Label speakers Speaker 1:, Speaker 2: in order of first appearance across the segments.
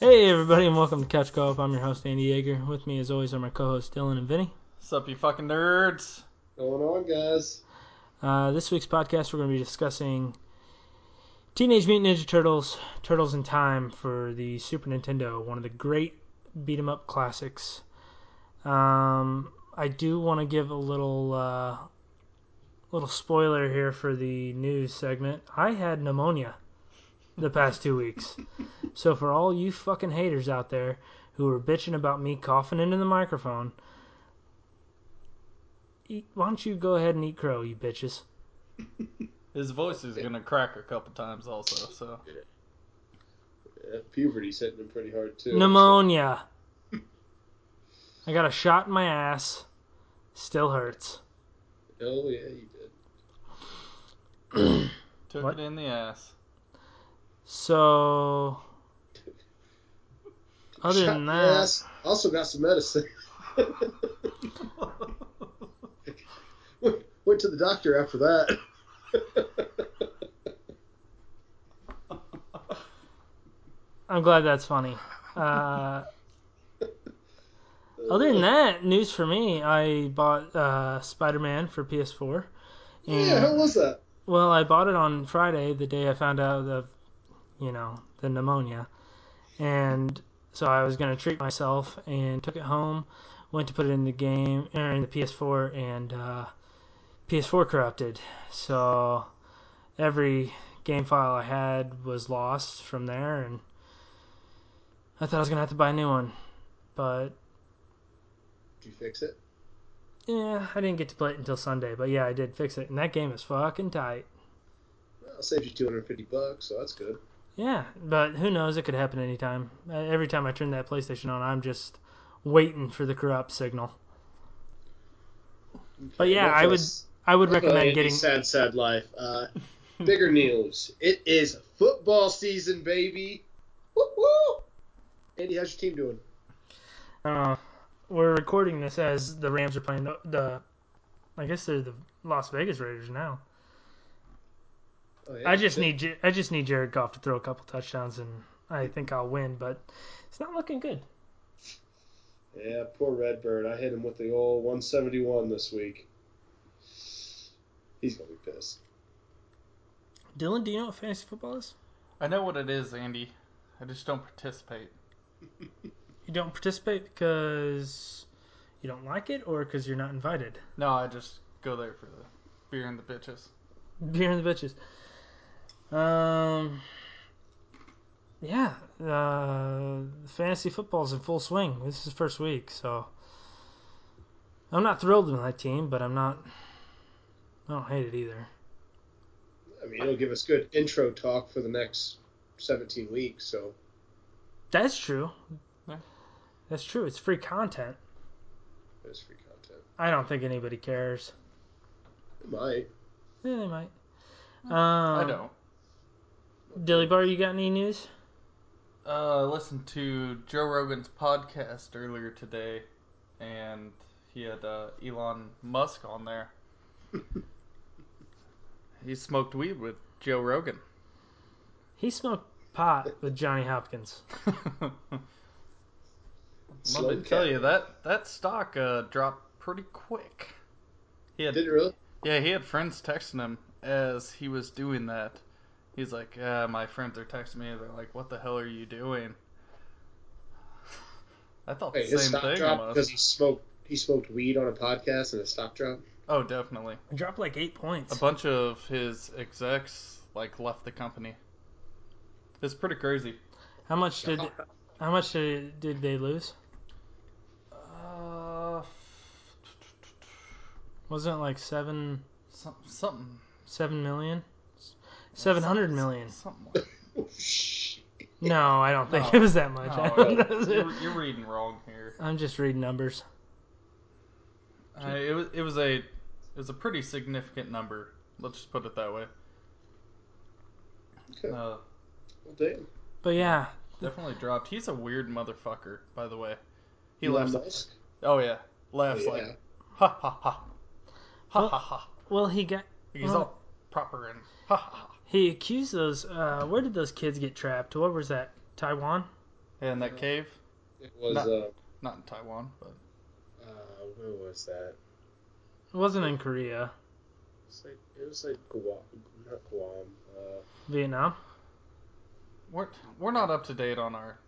Speaker 1: Hey everybody, and welcome to Couch Co-op. I'm your host Andy Yeager. With me, as always, are my co-hosts Dylan and Vinny.
Speaker 2: Sup, you fucking nerds?
Speaker 3: Going on, guys.
Speaker 1: Uh, this week's podcast, we're going to be discussing Teenage Mutant Ninja Turtles: Turtles in Time for the Super Nintendo, one of the great beat 'em up classics. Um, I do want to give a little uh, little spoiler here for the news segment. I had pneumonia the past two weeks. So for all you fucking haters out there who are bitching about me coughing into the microphone, eat, why don't you go ahead and eat crow, you bitches?
Speaker 2: His voice is gonna crack a couple times, also. So
Speaker 3: Yeah, puberty's hitting him pretty hard too.
Speaker 1: Pneumonia. I got a shot in my ass. Still hurts.
Speaker 3: Oh yeah, you did.
Speaker 2: took
Speaker 1: What?
Speaker 2: it in the ass.
Speaker 1: So other
Speaker 3: Shot
Speaker 1: than
Speaker 3: your
Speaker 1: that,
Speaker 3: ass. also got some medicine. went, went to the doctor after that.
Speaker 1: I'm glad that's funny. Uh, other
Speaker 3: Uh,
Speaker 1: than that, news for me, I bought uh, Spider-Man for PS4.
Speaker 3: yeah, how was that?
Speaker 1: Well, I bought it on Friday, the day I found out of, you know, the pneumonia. And so I was going to treat myself and took it home, went to put it in the game, or in the PS4, and uh, PS4 corrupted. So every game file I had was lost from there, and I thought I was going to have to buy a new one. But
Speaker 3: Did you fix it?
Speaker 1: yeah, I didn't get to play it until Sunday. But yeah, I did fix it. And that game is fucking tight.
Speaker 3: Well, it saved you 250 bucks, so that's good.
Speaker 1: Yeah, but who knows? It could happen anytime. Uh, Every time I turn that PlayStation on, I'm just waiting for the corrupt signal. But yeah, I would I would recommend getting.
Speaker 3: sad, sad life. Uh, bigger news. It is football season, baby. Woo woo. Andy, how's your team doing?
Speaker 1: Uh, we're recording this as the Rams are playing the, the. I guess they're the Las Vegas Raiders now.
Speaker 3: Oh, yeah,
Speaker 1: I just
Speaker 3: good.
Speaker 1: need J- I just need Jared Goff to throw a couple touchdowns, and I think I'll win. But it's not looking good.
Speaker 3: Yeah, poor Redbird. I hit him with the old 171 this week. He's gonna be pissed.
Speaker 1: Dylan, do you know what fantasy football is?
Speaker 2: I know what it is, Andy. I just don't participate.
Speaker 1: You don't participate because you don't like it, or because you're not invited.
Speaker 2: No, I just go there for the beer and the bitches.
Speaker 1: Beer and the bitches. Um, yeah, uh, fantasy football's in full swing. This is first week, so I'm not thrilled with my team, but I'm not. I don't hate it either.
Speaker 3: I mean, it'll give us good intro talk for the next 17 weeks. So
Speaker 1: That's true.
Speaker 2: Yeah.
Speaker 1: That's true. It's free content.
Speaker 3: there's free content.
Speaker 1: I don't think anybody cares.
Speaker 3: It might.
Speaker 1: Yeah, they might. Um,
Speaker 2: I don't.
Speaker 1: Dilly Bar, you got any news?
Speaker 2: Uh, I listened to Joe Rogan's podcast earlier today, and he had uh, Elon Musk on there. He smoked weed with Joe Rogan.
Speaker 1: He smoked pot with Johnny Hopkins.
Speaker 2: I'm
Speaker 3: Slow
Speaker 2: going to tell
Speaker 3: cat.
Speaker 2: you that that stock uh, dropped pretty quick. He had
Speaker 3: Did it really?
Speaker 2: yeah, he had friends texting him as he was doing that. He's like, yeah, my friends are texting me. They're like, what the hell are you doing? I thought
Speaker 3: Hey,
Speaker 2: the
Speaker 3: his
Speaker 2: same
Speaker 3: stock
Speaker 2: thing.
Speaker 3: dropped because
Speaker 2: Almost.
Speaker 3: he smoked he smoked weed on a podcast and his stock dropped.
Speaker 2: Oh, definitely.
Speaker 1: Dropped like eight
Speaker 2: A
Speaker 1: points.
Speaker 2: bunch of his execs like left the company. It's pretty crazy.
Speaker 1: How much did How much did, did they lose?
Speaker 2: Uh,
Speaker 1: Wasn't it like seven
Speaker 2: some, something.
Speaker 1: seven million? Seven hundred million.
Speaker 2: Something like
Speaker 3: Oh,
Speaker 1: No, I don't think
Speaker 2: No.
Speaker 1: it was that much. I don't know.
Speaker 2: No, Oh, you're, you're reading wrong here.
Speaker 1: I'm just reading numbers.
Speaker 2: Uh, it was it was a it was a pretty significant number. Let's just put it that way.
Speaker 3: Okay.
Speaker 2: Uh,
Speaker 3: Well, damn.
Speaker 1: But yeah,
Speaker 2: definitely dropped. He's a weird motherfucker, by the way. He
Speaker 3: Elon
Speaker 2: laughs.
Speaker 3: Musk.
Speaker 2: Oh yeah, laughs
Speaker 3: Yeah.
Speaker 2: like ha ha ha, ha
Speaker 1: Well-
Speaker 2: ha ha.
Speaker 1: well he got
Speaker 2: He's
Speaker 1: well-
Speaker 2: all proper and ha ha. ha.
Speaker 1: he accused those. Uh, where did those kids get trapped? What was that? Taiwan?
Speaker 2: Yeah, in that cave.
Speaker 3: It was
Speaker 2: Not-
Speaker 3: uh,
Speaker 2: Not in Taiwan, but
Speaker 3: uh, where was that?
Speaker 1: It wasn't in Korea,
Speaker 3: It was like, it was like Guam, not Guam. Uh,
Speaker 1: Vietnam.
Speaker 2: we're we're not up to date on our.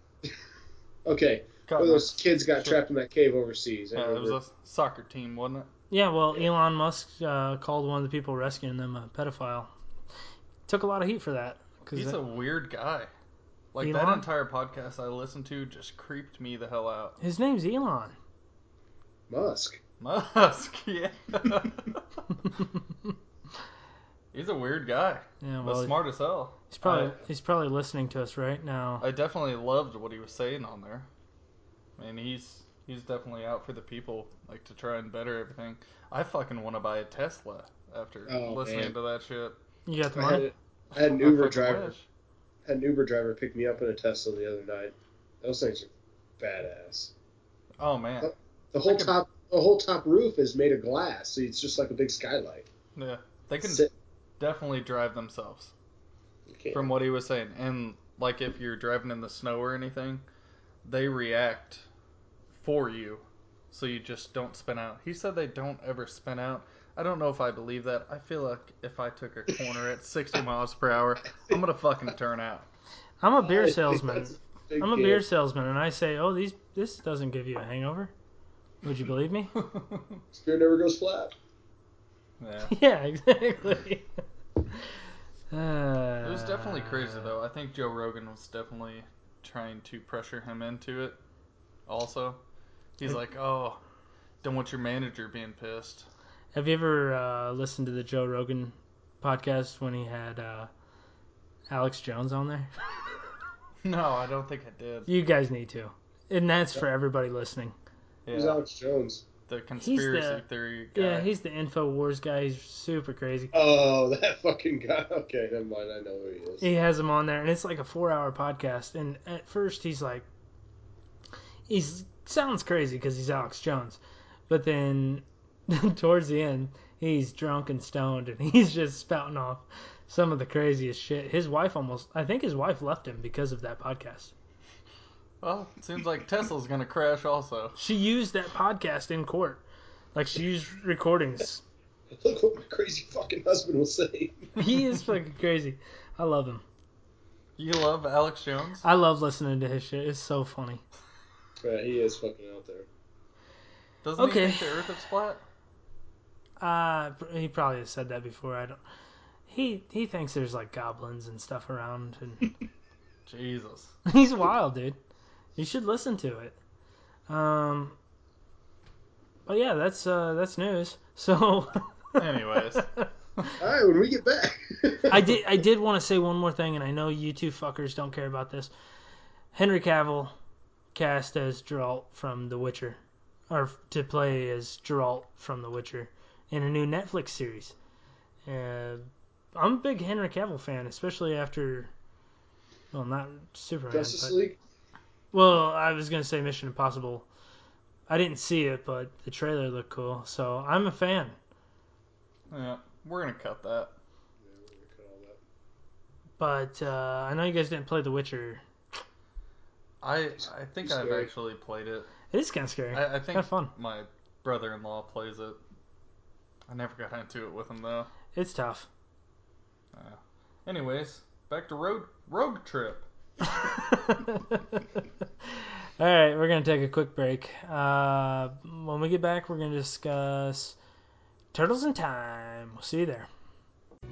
Speaker 3: okay,
Speaker 2: God,
Speaker 3: where those
Speaker 2: my-
Speaker 3: kids got
Speaker 2: Sure.
Speaker 3: trapped in that cave overseas. I
Speaker 2: Yeah, uh, it was
Speaker 3: remember.
Speaker 2: a soccer team, wasn't it?
Speaker 1: Yeah, well, Elon Musk uh, called one of the people rescuing them a pedophile. Took a lot of heat for that. 'cause
Speaker 2: He's
Speaker 1: that-
Speaker 2: a weird guy. Like that
Speaker 1: Elon?
Speaker 2: entire podcast I listened to just creeped me the hell out.
Speaker 1: his name's Elon.
Speaker 3: Musk.
Speaker 2: Musk, yeah. He's a weird guy,
Speaker 1: yeah,
Speaker 2: but
Speaker 1: well,
Speaker 2: smart as hell.
Speaker 1: he's probably
Speaker 2: I-
Speaker 1: he's probably listening to us right now.
Speaker 2: I definitely loved what he was saying on there. I mean, he's he's definitely out for the people, like to try and better everything. I fucking want to buy a Tesla after
Speaker 3: Oh,
Speaker 2: listening
Speaker 3: man.
Speaker 2: to that shit.
Speaker 1: You got the
Speaker 3: I had,
Speaker 1: money?
Speaker 3: a, I had an
Speaker 2: I
Speaker 3: Uber
Speaker 2: fucking
Speaker 3: driver.
Speaker 2: wish.
Speaker 3: Had an Uber driver pick me up in a Tesla the other night. Those things are badass.
Speaker 2: Oh man,
Speaker 3: The whole
Speaker 2: could-
Speaker 3: top, the whole top roof is made of glass, so it's just like a big skylight.
Speaker 2: yeah, they can
Speaker 3: Sit-
Speaker 2: definitely drive themselves.
Speaker 3: you can't-
Speaker 2: from what he was saying. And like if you're driving in the snow or anything, they react for you, so you just don't spin out. He said they don't ever spin out. I don't know if I believe that. I feel like if I took a corner at 60 miles per hour, I'm gonna fucking turn out.
Speaker 1: I'm a
Speaker 3: I
Speaker 1: beer
Speaker 3: think
Speaker 1: salesman.
Speaker 3: that's big
Speaker 1: I'm a
Speaker 3: deal.
Speaker 1: beer salesman, and I say, "Oh, these this doesn't give you a hangover." Would you believe me?
Speaker 3: Spear never goes flat.
Speaker 2: yeah.
Speaker 1: yeah, exactly. uh,
Speaker 2: It was definitely crazy though. I think Joe Rogan was definitely trying to pressure him into it. Also, he's like, "Oh, don't want your manager being pissed."
Speaker 1: Have you ever uh, listened to the Joe Rogan podcast when he had uh, Alex Jones on there?
Speaker 2: No, I don't think I did.
Speaker 1: You guys need to, and that's for everybody listening.
Speaker 3: Who's Alex Jones?
Speaker 2: the conspiracy theory guy.
Speaker 1: Yeah, he's the InfoWars guy. He's super crazy.
Speaker 3: Oh, that fucking guy. Okay, never mind. I know who he is.
Speaker 1: He has him on there, and it's like a four-hour podcast. And at first, he's like, he sounds crazy because he's Alex Jones, but then towards the end, he's drunk and stoned, and he's just spouting off some of the craziest shit. His wife almost—I think his wife left him because of that podcast.
Speaker 2: well, it seems like Tesla's gonna crash also.
Speaker 1: She used that podcast in court, like she used recordings.
Speaker 3: Look what my crazy fucking husband will say.
Speaker 1: He is fucking crazy. I love him.
Speaker 2: You love Alex Jones?
Speaker 1: I love listening to his shit. It's so funny.
Speaker 3: Yeah, he is fucking out there.
Speaker 2: Doesn't
Speaker 1: Okay.
Speaker 2: he think the Earth is flat?
Speaker 1: Uh, pr- he probably has said that before. I don't. He he thinks there's like goblins and stuff around, and
Speaker 2: Jesus.
Speaker 1: he's wild, dude. You should listen to it. Um. But yeah, that's uh that's news. So.
Speaker 2: Anyways.
Speaker 3: All right, when we get back.
Speaker 1: I did I did want to say one more thing, and I know you two fuckers don't care about this. Henry Cavill cast as Geralt from The Witcher, or to play as Geralt from The Witcher in a new Netflix series. Uh, I'm a big Henry Cavill fan, especially after, well, not Superman.
Speaker 3: Justice
Speaker 1: but-
Speaker 3: League.
Speaker 1: well, I was gonna say Mission Impossible. I didn't see it, but the trailer looked cool, so I'm a fan.
Speaker 2: Yeah, we're gonna cut that.
Speaker 3: Yeah, we're gonna cut all that.
Speaker 1: But uh, I know you guys didn't play The Witcher.
Speaker 2: I I think
Speaker 3: He's
Speaker 2: I've
Speaker 3: scary.
Speaker 2: actually played it.
Speaker 1: It is kind of scary.
Speaker 2: I, I
Speaker 1: Kinda
Speaker 2: think
Speaker 1: fun.
Speaker 2: my brother-in-law plays it. I never got into it with him though.
Speaker 1: It's tough.
Speaker 2: Anyways, back to road road trip.
Speaker 1: All right, we're going to take a quick break. Uh, when we get back, we're going to discuss Turtles in Time. We'll see you there.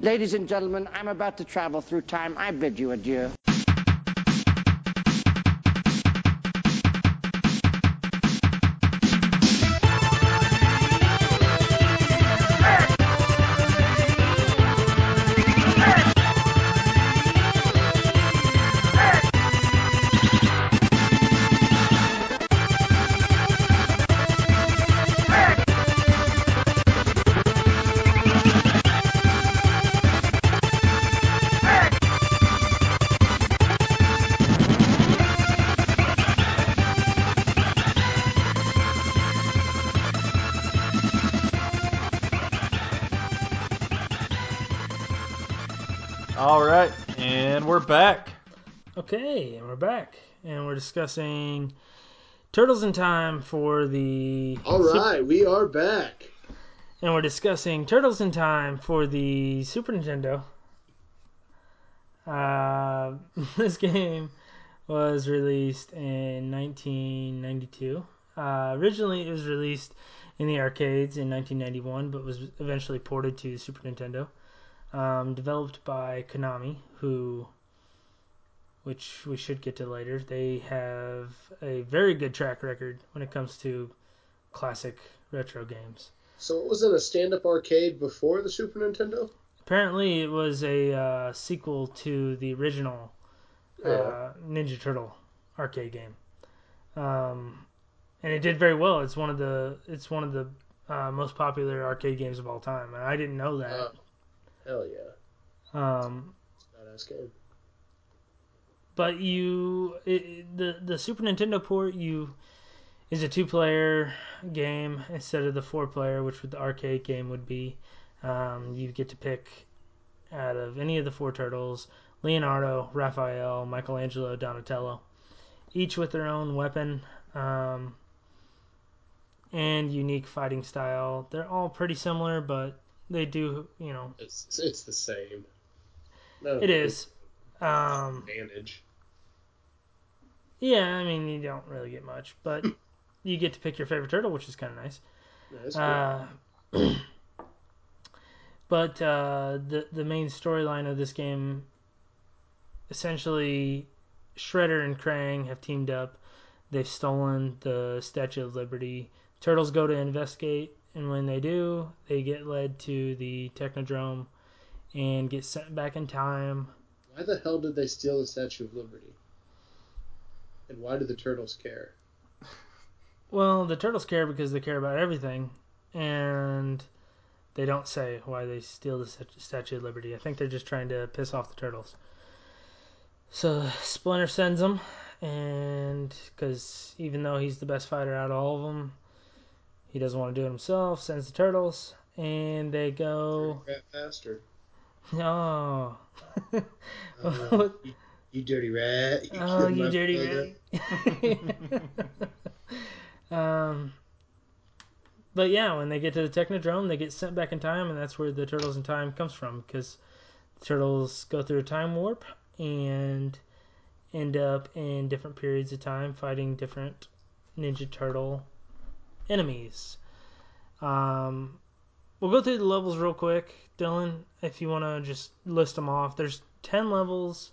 Speaker 4: Ladies and gentlemen, I'm about to travel through time. I bid you adieu.
Speaker 2: All right, and we're back.
Speaker 1: Okay, and we're back. and we're discussing Turtles in Time for the
Speaker 3: All right, we are back.
Speaker 1: and we're discussing Turtles in Time for the Super Nintendo. Uh, this game was released in 1992. Uh, originally, it was released in the arcades in 1991, but was eventually ported to Super Nintendo. Um, developed by Konami, who, which we should get to later, they have a very good track record when it comes to classic retro games.
Speaker 3: So it was in a stand-up arcade before the Super Nintendo.
Speaker 1: Apparently, it was a uh, sequel to the original
Speaker 3: Oh,
Speaker 1: uh, Ninja Turtle arcade game, um, and it did very well. It's one of the it's one of the uh, most popular arcade games of all time, and I didn't know
Speaker 3: Wow.
Speaker 1: that.
Speaker 3: Hell yeah,
Speaker 1: Um,
Speaker 3: badass game.
Speaker 1: but you it- it, the the Super Nintendo port you is a two player game instead of the four player, which would the arcade game would be. Um, you get to pick out of any of the four turtles: Leonardo, Raphael, Michelangelo, Donatello, each with their own weapon um, and unique fighting style. They're all pretty similar, but they do you know
Speaker 3: It's it's the same. No,
Speaker 1: it is. Um,
Speaker 3: advantage.
Speaker 1: Yeah, I mean, you don't really get much, but you get to pick your favorite turtle, which is kind of nice.
Speaker 3: Yeah, that's
Speaker 1: Uh, but uh, the the main storyline of this game, essentially, Shredder and Krang have teamed up. They've stolen the Statue of Liberty. Turtles go to investigate, and when they do, they get led to the Technodrome and get sent back in time
Speaker 3: cool. Why the hell did they steal the Statue of Liberty? And why do the turtles care?
Speaker 1: Well, the turtles care because they care about everything, and they don't say why they steal the Stat- Statue of Liberty. I think they're just trying to piss off the turtles. So Splinter sends them, and because even though he's the best fighter out of all of them, he doesn't want to do it himself. Sends the turtles, and they go.
Speaker 3: Rat bastard.
Speaker 1: No.
Speaker 3: Uh, you, you dirty rat. You
Speaker 1: Oh,
Speaker 3: killed
Speaker 1: you
Speaker 3: my
Speaker 1: dirty
Speaker 3: brother.
Speaker 1: rat. um, but yeah, when they get to the Technodrome, they get sent back in time, and that's where the Turtles in Time comes from because turtles go through a time warp and end up in different periods of time fighting different Ninja Turtle enemies. Um, we'll go through the levels real quick, Dylan. If you want to just list them off, there's ten levels.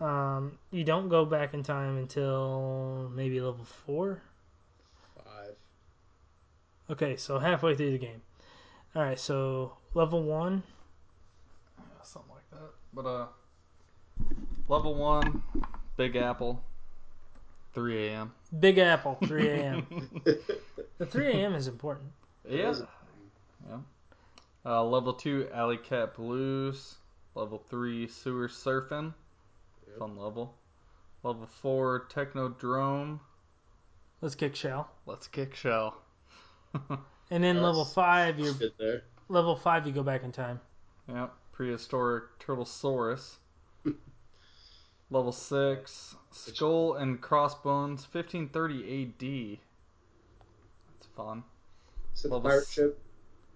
Speaker 1: Um, you don't go back in time until maybe level four.
Speaker 3: Five.
Speaker 1: Okay, so halfway through the game. All right, so level one.
Speaker 2: Yeah, something like that. But uh, level one, Big Apple, 3 a.m.
Speaker 1: Big Apple, 3 a.m. the 3 a.m. is important.
Speaker 2: yeah.
Speaker 3: is it?
Speaker 2: Yeah. Uh, level two, Alley Cat Blues. Level three, Sewer Surfing.
Speaker 3: Yep.
Speaker 2: Fun level. Level four, Technodrome.
Speaker 1: Let's kick shell.
Speaker 2: Let's kick shell.
Speaker 1: And then
Speaker 3: Yeah,
Speaker 1: level
Speaker 3: that's-
Speaker 1: five, you're
Speaker 3: Good there.
Speaker 1: level five. You go back in time.
Speaker 2: Yep. Prehistoric Turtlesaurus. level six, Skull and Crossbones, 1530 AD. That's fun.
Speaker 3: Is it the
Speaker 2: Level
Speaker 3: pirate
Speaker 2: s-
Speaker 3: ship?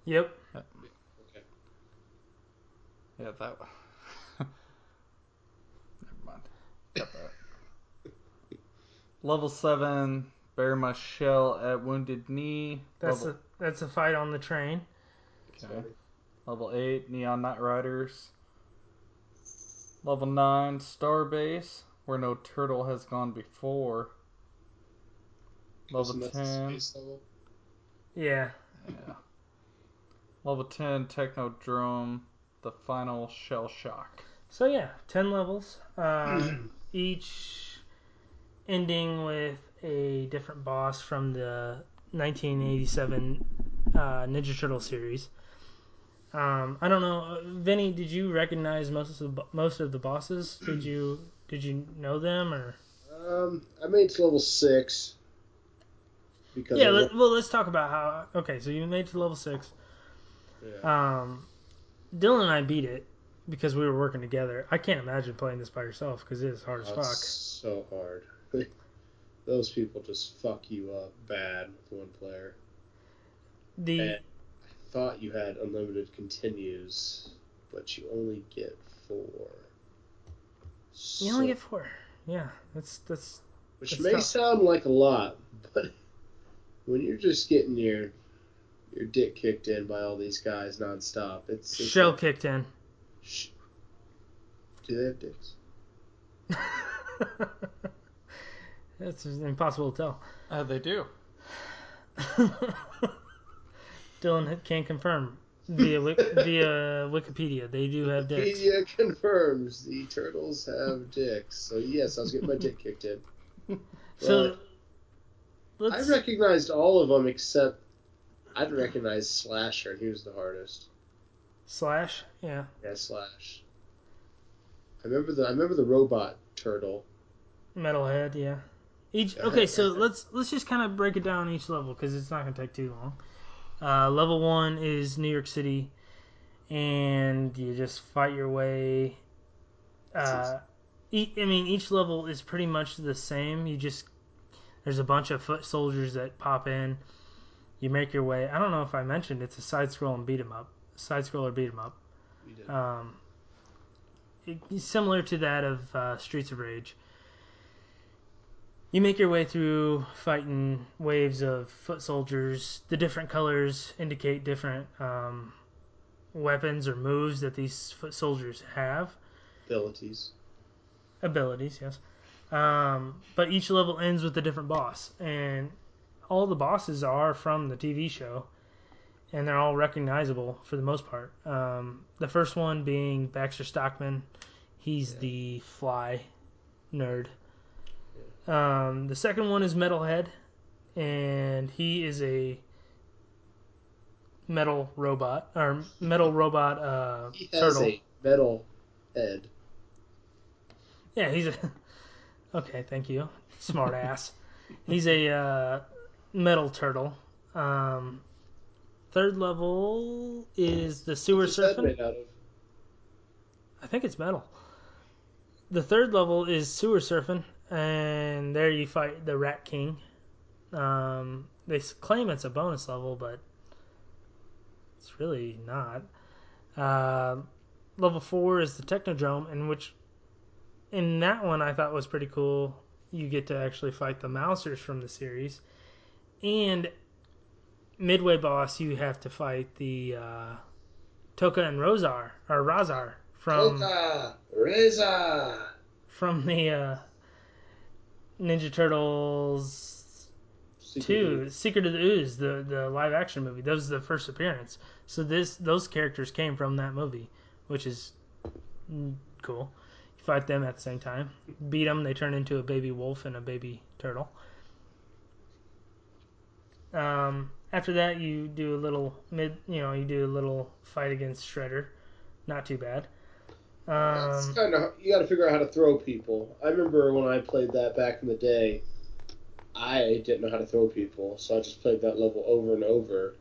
Speaker 1: Yep.
Speaker 2: Yeah, that. Never mind. Got that. Level seven, bear my shell at wounded knee.
Speaker 1: That's
Speaker 2: level,
Speaker 1: the that's the fight on the train.
Speaker 2: okay. level eight, neon night riders. Level nine, starbase, where no turtle has gone before. Level
Speaker 3: Wasn't that the
Speaker 2: ten,
Speaker 3: space level?
Speaker 1: Yeah.
Speaker 2: yeah. Level ten, technodrome, the final shell shock.
Speaker 1: So yeah, ten levels, uh, each ending with a different boss from the 1987 uh, Ninja Turtle series. Um, I don't know, Vinny. Did you recognize most of the, bo- most of the bosses? Did you did you know them or?
Speaker 3: Um, I made it to level six. Because
Speaker 1: Yeah.
Speaker 3: I
Speaker 1: Let,
Speaker 3: wa-
Speaker 1: well, let's talk about how. Okay, so you made it to level six.
Speaker 3: yeah.
Speaker 1: Um, Dylan and I beat it because we were working together. I can't imagine playing this by yourself because it is hard as
Speaker 3: Oh,
Speaker 1: fuck.
Speaker 3: it's so hard. Those people just fuck you up bad with one player.
Speaker 1: The
Speaker 3: And I thought you had unlimited continues, but you only get four.
Speaker 1: you only
Speaker 3: So-
Speaker 1: get four. Yeah, that's that's
Speaker 3: which
Speaker 1: That's
Speaker 3: may
Speaker 1: tough.
Speaker 3: sound like a lot, but when you're just getting your your dick kicked in by all these guys nonstop, it's, it's
Speaker 1: shell kicked in.
Speaker 3: Sh- Do they have dicks?
Speaker 1: that's impossible to tell.
Speaker 2: Uh, they do.
Speaker 1: Dylan can confirm via Wik- via Wikipedia they do have dicks.
Speaker 3: Wikipedia confirms the turtles have dicks. So yes, I was getting my dick kicked in.
Speaker 1: So
Speaker 3: I
Speaker 1: let's
Speaker 3: recognized all of them except I'd recognize Slasher, and he was the hardest.
Speaker 1: slash yeah.
Speaker 3: Yeah, Slash. I remember the I remember the robot turtle.
Speaker 1: Metalhead, yeah. Each okay, so let's let's just kind of break it down each level because it's not gonna take too long. Uh, level one is New York City, and you just fight your way. Uh, e- I mean, each level is pretty much the same. You just there's a bunch of foot soldiers that pop in. You make your way. I don't know if I mentioned it's a side scroll and beat 'em up, side scroller beat 'em up
Speaker 3: You did.
Speaker 1: um, it- similar to that of uh, Streets of Rage. You make your way through fighting waves of foot soldiers. The different colors indicate different um, weapons or moves that these foot soldiers have
Speaker 3: Abilities.
Speaker 1: abilities, yes. Um, but each level ends with a different boss, and all the bosses are from the TV show, and they're all recognizable for the most part. Um, the first one being Baxter Stockman, he's
Speaker 3: Yeah.
Speaker 1: the fly nerd. Um, the second one is Metalhead, and he is a metal robot or metal robot uh,
Speaker 3: He has
Speaker 1: turtle.
Speaker 3: a metal head.
Speaker 1: Yeah, he's a. Okay, thank you, smart ass. he's a uh, metal turtle. Um, third level is the sewer
Speaker 3: What's his head
Speaker 1: surfing.
Speaker 3: made out of?
Speaker 1: I think it's metal. The third level is sewer surfing, and there you fight the Rat King. Um, they s- claim it's a bonus level, but it's really not. Uh, level four is the Technodrome, in which, in that one, I thought was pretty cool. You get to actually fight the Mousers from the series, and midway boss, you have to fight the uh, Toka and Rozar or Razar from
Speaker 3: Toka, Reza.
Speaker 1: from the uh, Ninja Turtles two Secret of the Ooze, the the live action movie. That was the first appearance. So this those characters came from that movie, which is mm, cool. You fight them at the same time, beat them. They turn into a baby wolf and a baby turtle. Um, after that, you do a little mid. You know, you do a little fight against Shredder. Not too bad. Um,
Speaker 3: That's kind of you got to figure out how to throw people. I remember when I played that back in the day, I didn't know how to throw people, so I just played that level over and over,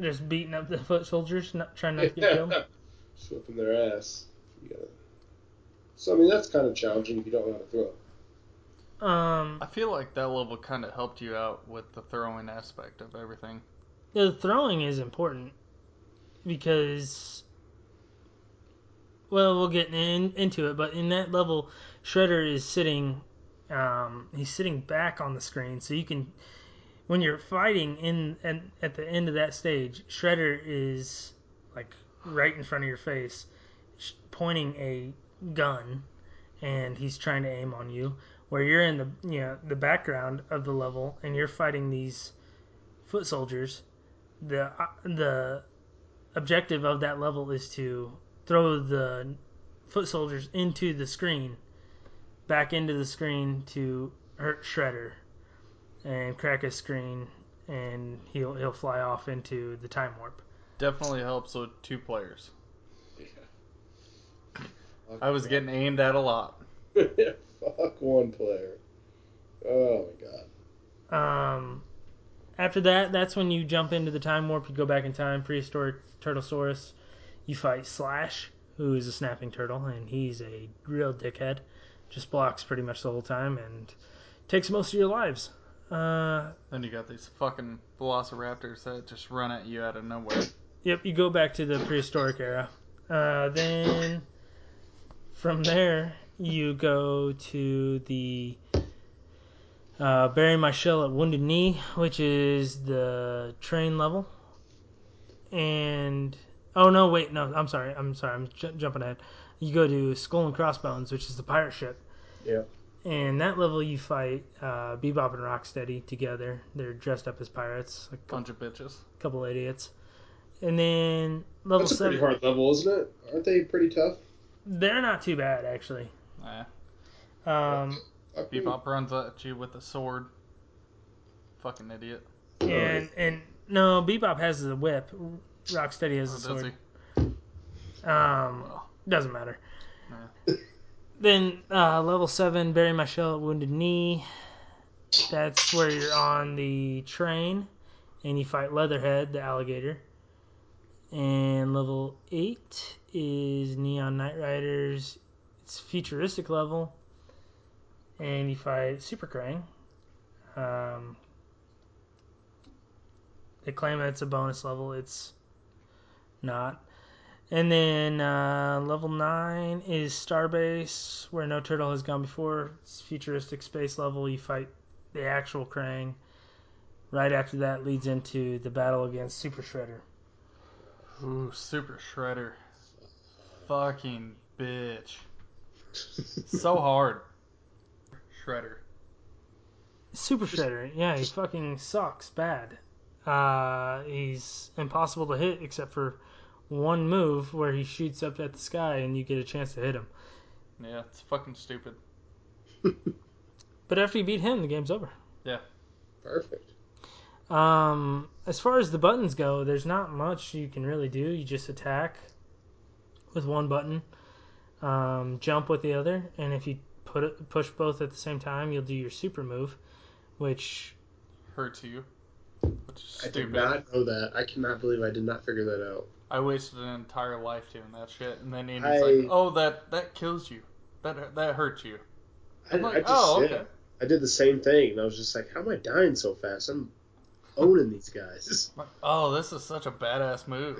Speaker 1: just beating up the foot soldiers, not trying not to get killed.
Speaker 3: Just whipping their ass. You gotta... So I mean, that's kind of challenging if you don't know how to throw.
Speaker 1: Um,
Speaker 2: I feel like that level kind of helped you out with the throwing aspect of everything.
Speaker 1: the throwing is important because, well, we'll get in, into it, but in that level, Shredder is sitting, um, he's sitting back on the screen, so you can, when you're fighting in and at the end of that stage, Shredder is like right in front of your face, sh- pointing a gun, and he's trying to aim on you. Where you're in the you know the background of the level and you're fighting these foot soldiers, the uh, the objective of that level is to throw the foot soldiers into the screen, back into the screen to hurt Shredder, and crack his screen, and he'll he'll fly off into the time warp.
Speaker 2: Definitely helps with two players. I was getting aimed at a lot.
Speaker 3: fuck one player. Oh my god.
Speaker 1: Um, after that, that's when you jump into the time warp. You go back in time, prehistoric Turtlesaurus. You fight Slash, who is a snapping turtle, and he's a real dickhead. just blocks pretty much the whole time and takes most of your lives. Uh,
Speaker 2: Then you got these fucking velociraptors that just run at you out of nowhere.
Speaker 1: Yep, you go back to the prehistoric era. Uh, then from there, you go to the uh, bury my shell at Wounded Knee, which is the train level. And oh no, wait, no, I'm sorry, I'm sorry, I'm j- jumping ahead. You go to Skull and Crossbones, which is the pirate ship.
Speaker 3: Yeah.
Speaker 1: And that level, you fight uh, Bebop and Rocksteady together. They're dressed up as pirates, like a
Speaker 2: Bunch of bitches.
Speaker 1: couple idiots. And then level
Speaker 3: That's a
Speaker 1: seven,
Speaker 3: pretty hard level, isn't it? Aren't they pretty tough?
Speaker 1: they're not too bad actually.
Speaker 2: Eh.
Speaker 1: Um,
Speaker 3: I think-
Speaker 2: Bebop runs at you with a sword. Fucking idiot.
Speaker 1: and and no, Bebop has the whip. Rocksteady has
Speaker 2: Oh,
Speaker 1: the
Speaker 2: does
Speaker 1: sword.
Speaker 2: he?
Speaker 1: Um, doesn't matter. Then uh, level seven, bury my shell at wounded knee. That's where you're on the train, and you fight Leatherhead, the alligator. And level eight is Neon Knight Riders. It's futuristic level, and you fight Super Krang. Um, they claim that it's a bonus level. It's not. And then uh, level nine is Starbase, where no turtle has gone before. It's futuristic space level. You fight the actual Krang. Right after that leads into the battle against Super Shredder.
Speaker 2: Ooh, Super Shredder. Fucking bitch. So hard. Shredder.
Speaker 1: Super Shredder, yeah, he fucking sucks bad. Uh, he's impossible to hit except for one move where he shoots up at the sky and you get a chance to hit him.
Speaker 2: Yeah, it's fucking stupid.
Speaker 1: But after you beat him, the game's over.
Speaker 3: Perfect.
Speaker 1: Um, as far as the buttons go, there's not much you can really do. You just attack with one button, um, jump with the other, and if you put it, push both at the same time, you'll do your super move, which
Speaker 2: Hurts you. Which is
Speaker 3: I did
Speaker 2: stupid.
Speaker 3: not know that. I cannot believe I did not figure that out.
Speaker 2: I wasted an entire life doing that shit, and then Andy's
Speaker 3: I-
Speaker 2: like, "Oh, that that kills you. That that hurts you."
Speaker 3: I,
Speaker 2: I'm like,
Speaker 3: I just,
Speaker 2: "Oh,
Speaker 3: yeah,
Speaker 2: okay."
Speaker 3: I did the same thing, and I was just like, "How am I dying so fast? I'm owning these guys."
Speaker 2: I'm like, oh, this is such a badass move.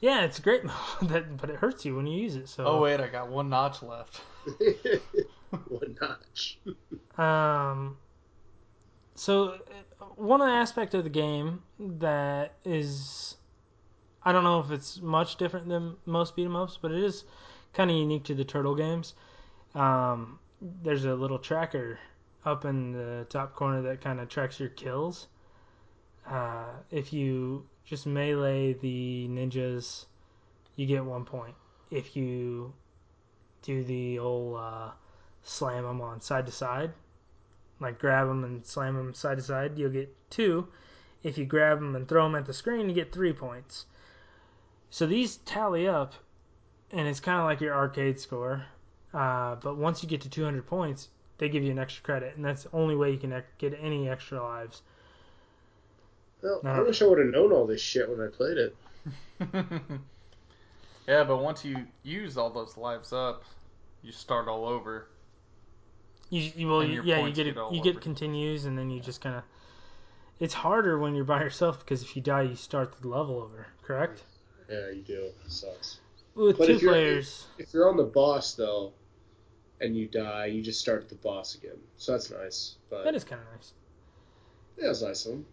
Speaker 1: yeah, it's a great move, that, but it hurts you when you use it. So
Speaker 2: Oh wait, I got one notch left.
Speaker 3: One notch.
Speaker 1: Um, so uh, one aspect of the game that is, I don't know if it's much different than most beat 'em ups, but it is kind of unique to the turtle games. Um, there's a little tracker up in the top corner that kind of tracks your kills. Uh, if you just melee the ninjas, you get one point. If you do the old uh, slam them on side to side, like grab them and slam them side to side, you'll get two. If you grab them and throw them at the screen, you get three points. So these tally up, and it's kind of like your arcade score. Uh, but once you get to 200 points, they give you an extra credit, and that's the only way you can ec- get any extra lives.
Speaker 3: Well, I
Speaker 1: No.
Speaker 3: wish I would have known all this shit when I played it.
Speaker 2: yeah, but once you use all those lives up, you start all over.
Speaker 1: You, you well,
Speaker 2: And
Speaker 1: you,
Speaker 2: your
Speaker 1: yeah, you
Speaker 2: points
Speaker 1: get
Speaker 2: get all
Speaker 1: you get
Speaker 2: over.
Speaker 1: continues, and then you just kind of. It's harder when you're by yourself because if you die, you start the level over. Correct?
Speaker 3: Yeah, you do. It sucks.
Speaker 1: With
Speaker 3: But
Speaker 1: two
Speaker 3: if you're-
Speaker 1: players,
Speaker 3: If you're on the boss though, and you die, you just start at the boss again. So that's nice. But
Speaker 1: that is kind of nice.
Speaker 3: yeah, it's nice of 'em.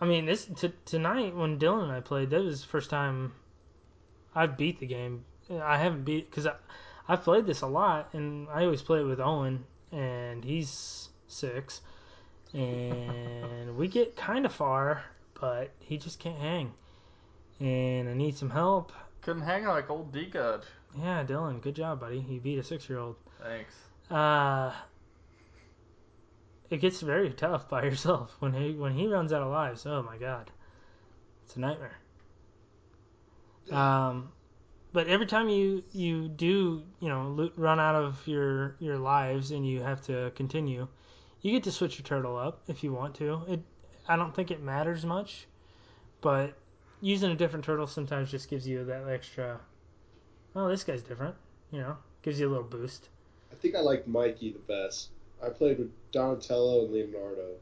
Speaker 1: I mean, this t- tonight when Dylan and I played, that was the first time I beat the game. I haven't beat because I I played this a lot, and I always play it with Owen, and he's six, and we get kind of far, but he just can't hang, and I need some help.
Speaker 2: Couldn't hang like old D God.
Speaker 1: Yeah, Dylan, good job, buddy. You beat a six-year-old.
Speaker 2: Thanks.
Speaker 1: Uh, it gets very tough by yourself when he when he runs out of lives. Oh my god, it's a nightmare. Um, but every time you you do you know lo- run out of your your lives and you have to continue, you get to switch your turtle up if you want to. It I don't think it matters much, but using a different turtle sometimes just gives you that extra. Oh, this guy's different. You know, gives you a little boost.
Speaker 3: I think I liked Mikey the best. I played with Donatello and Leonardo.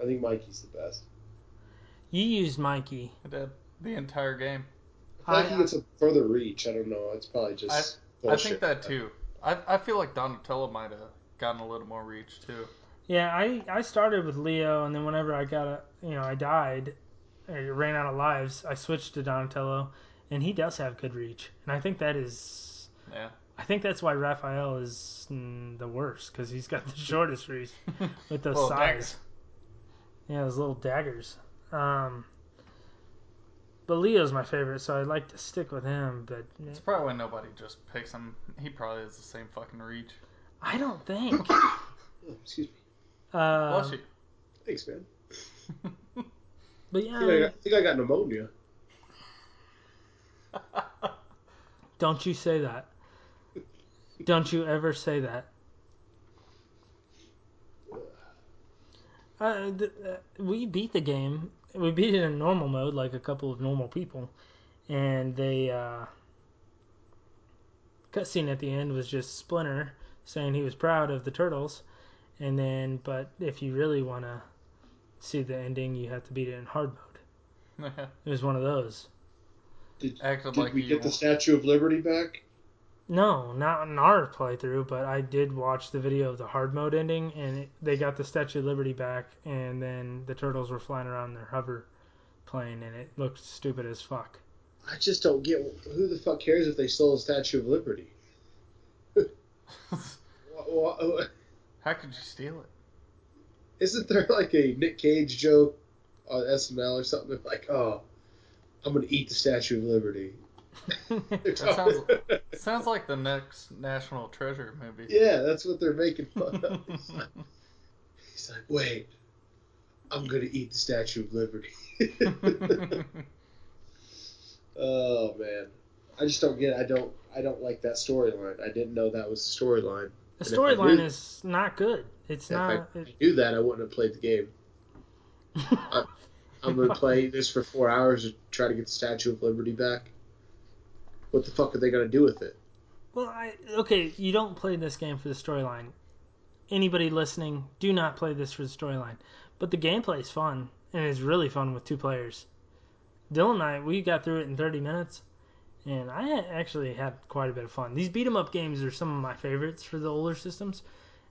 Speaker 3: I think Mikey's the best.
Speaker 1: You used Mikey.
Speaker 2: I did the entire game.
Speaker 3: I think
Speaker 1: I-
Speaker 3: he gets a further reach. I don't know. It's probably just.
Speaker 2: I think
Speaker 3: bullshit.
Speaker 2: that too. I, I feel like Donatello might have gotten a little more reach too.
Speaker 1: Yeah, I, I started with Leo, and then whenever I got a, you know, I died, I ran out of lives, I switched to Donatello, and he does have good reach. And I think that is,
Speaker 2: Yeah.
Speaker 1: I think that's why Raphael is mm, the worst, because he's got the shortest reach with those
Speaker 2: Well,
Speaker 1: size. Yeah, those little daggers. Um, but Leo's my favorite, so I'd like to stick with him, but
Speaker 2: It's probably why nobody just picks him. He probably has the same fucking reach.
Speaker 1: I don't think.
Speaker 3: Oh, excuse me.
Speaker 1: Uh,
Speaker 2: Bless
Speaker 3: Thanks, man.
Speaker 2: you.
Speaker 1: but
Speaker 3: I think I,
Speaker 1: yeah,
Speaker 3: got, I think I got pneumonia.
Speaker 1: don't you say that. Don't you ever say that. Uh, th- uh, we beat the game. We beat it in normal mode, like a couple of normal people, and they uh, cutscene at the end was just Splinter saying he was proud of the turtles, and then but if you really want to see the ending, you have to beat it in hard mode. It was one of those.
Speaker 3: Did,
Speaker 2: Acted
Speaker 3: did
Speaker 2: like
Speaker 3: we
Speaker 2: he
Speaker 3: get the
Speaker 2: wa-
Speaker 3: Statue of Liberty back?
Speaker 1: No, not in our playthrough, but I did watch the video of the hard mode ending, and it, they got the Statue of Liberty back, and then the turtles were flying around in their hover plane, and it looked stupid as fuck.
Speaker 3: I just don't get who the fuck cares if they stole the Statue of Liberty. Wha- wha-
Speaker 2: How could you steal it?
Speaker 3: Isn't there like a Nick Cage joke on SNL or something like, "Oh, I'm gonna eat the Statue of Liberty"?
Speaker 2: sounds- Sounds like the next National Treasure movie.
Speaker 3: yeah, that's what they're making fun of. He's like, he's like, "Wait, I'm gonna eat the Statue of Liberty." oh man, I just don't get. It. I don't. I don't like that storyline. I didn't know that was the storyline.
Speaker 1: The
Speaker 3: And if I
Speaker 1: storyline
Speaker 3: knew-
Speaker 1: is not good. It's
Speaker 3: If I
Speaker 1: not. it-
Speaker 3: knew that, I wouldn't have played the game. I'm gonna play this for four hours to try to get the Statue of Liberty back. What the fuck are they gonna do with it?
Speaker 1: well, I, okay, you don't play this game for the storyline. Anybody listening, do not play this for the storyline. But the gameplay is fun, and it's really fun with two players. Dylan and I, we got through it in 30 minutes, and I had- actually had quite a bit of fun. These beat 'em up games are some of my favorites for the older systems,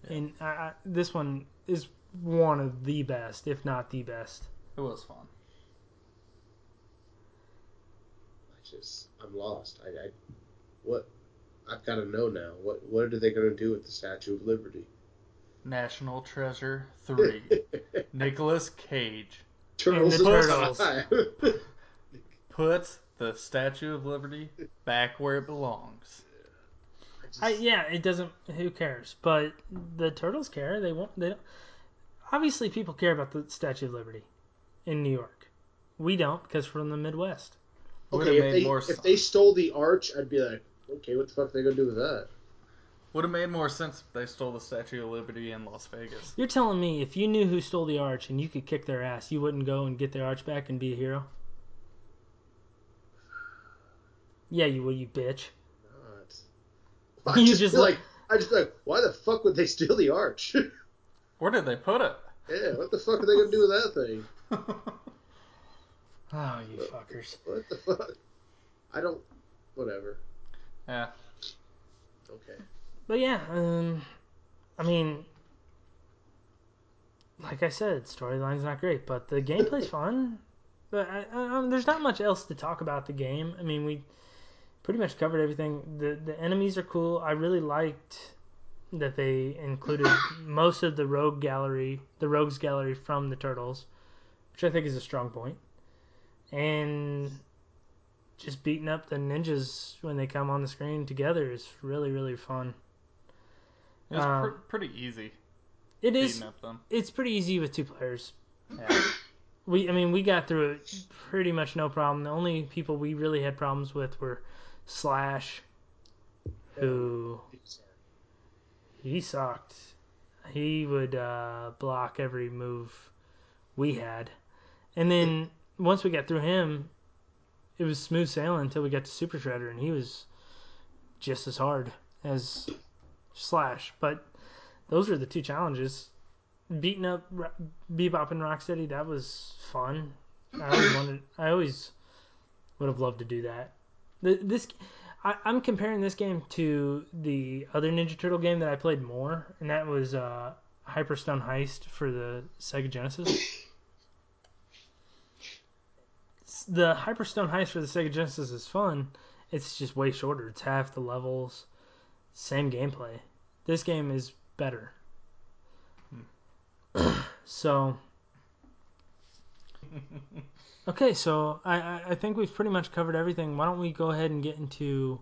Speaker 1: and I, I, this one is one of the best, if not the best.
Speaker 2: It was fun.
Speaker 3: I just, I'm lost. I, I what? I've got to know now. What, what are they gonna do with the Statue of Liberty?
Speaker 2: National Treasure 3. Nicolas Cage
Speaker 3: Turtles
Speaker 1: the
Speaker 3: in
Speaker 1: turtles.
Speaker 3: time.
Speaker 2: puts the Statue of Liberty back where it belongs.
Speaker 1: I, yeah, it doesn't. Who cares? But the turtles care. They won't. They don't. Obviously, people care about the Statue of Liberty in New York. We don't because we're in the Midwest.
Speaker 2: Would've
Speaker 3: okay, if
Speaker 2: made
Speaker 3: they,
Speaker 2: more
Speaker 3: if
Speaker 2: sense.
Speaker 3: they stole the arch, I'd be like, okay, what the fuck are they gonna do with that?
Speaker 2: Would have made more sense if they stole the Statue of Liberty in Las Vegas.
Speaker 1: You're telling me if you knew who stole the arch and you could kick their ass, you wouldn't go and get their arch back and be a hero? Yeah, you would, you bitch.
Speaker 3: God. I
Speaker 1: You
Speaker 3: just,
Speaker 1: just
Speaker 3: feel
Speaker 1: like-
Speaker 3: like, I just feel like, why the fuck would they steal the arch?
Speaker 2: Where did they put it?
Speaker 3: yeah, what the fuck are they gonna do with that thing?
Speaker 1: Oh, you fuckers.
Speaker 3: What the fuck? I don't. Whatever.
Speaker 2: yeah.
Speaker 3: Okay.
Speaker 1: But yeah, um, I mean, like I said, storyline's not great, but the gameplay's fun. But I, I, um, there's not much else to talk about the game. I mean, we pretty much covered everything. The the enemies are cool. I really liked that they included most of the rogue gallery, the rogues gallery from the turtles, which I think is a strong point. And just beating up the ninjas when they come on the screen together is really really fun.
Speaker 2: It was
Speaker 1: Um,
Speaker 2: pr- pretty easy
Speaker 1: It is.
Speaker 2: beating up them.
Speaker 1: It's pretty easy with two players.
Speaker 2: Yeah.
Speaker 1: We, I mean, we got through it pretty much no problem. The only people we really had problems with were Slash, who he sucked. He would uh, block every move we had, and then once we got through him, it was smooth sailing until we got to Super Shredder, and he was just as hard. as Slash, but those were the two challenges. Beating up Ro- Bebop and Rocksteady, that was fun. I always wanted. I always would have loved to do that. Th- This, I, I'm comparing this game to the other Ninja Turtle game that I played more, and that was uh, Hyperstone Heist for the Sega Genesis. S- the Hyperstone Heist for the Sega Genesis is fun. It's just way shorter. It's half the levels, same gameplay. This game is better. so. Okay, so I, I- I think we've pretty much covered everything. Why don't we go ahead and get into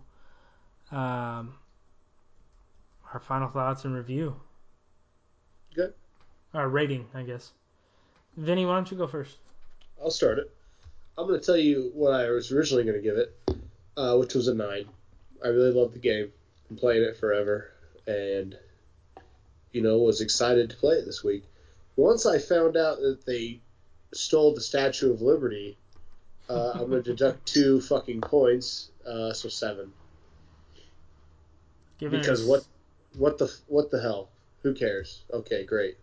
Speaker 1: um, our final thoughts and review?
Speaker 3: Good.
Speaker 1: Our rating, I guess. Vinny, why don't you go first?
Speaker 3: I'll start it. I'm going to tell you what I was originally going to give it, uh, which was a nine. I really loved the game. Been playing it forever, and you know was excited to play it this week. Once I found out that they stole the Statue of Liberty, uh, I'm going to deduct two fucking points, uh, so seven.
Speaker 1: Give it
Speaker 3: Because
Speaker 1: a-
Speaker 3: what, what the what the hell? Who cares? Okay, great.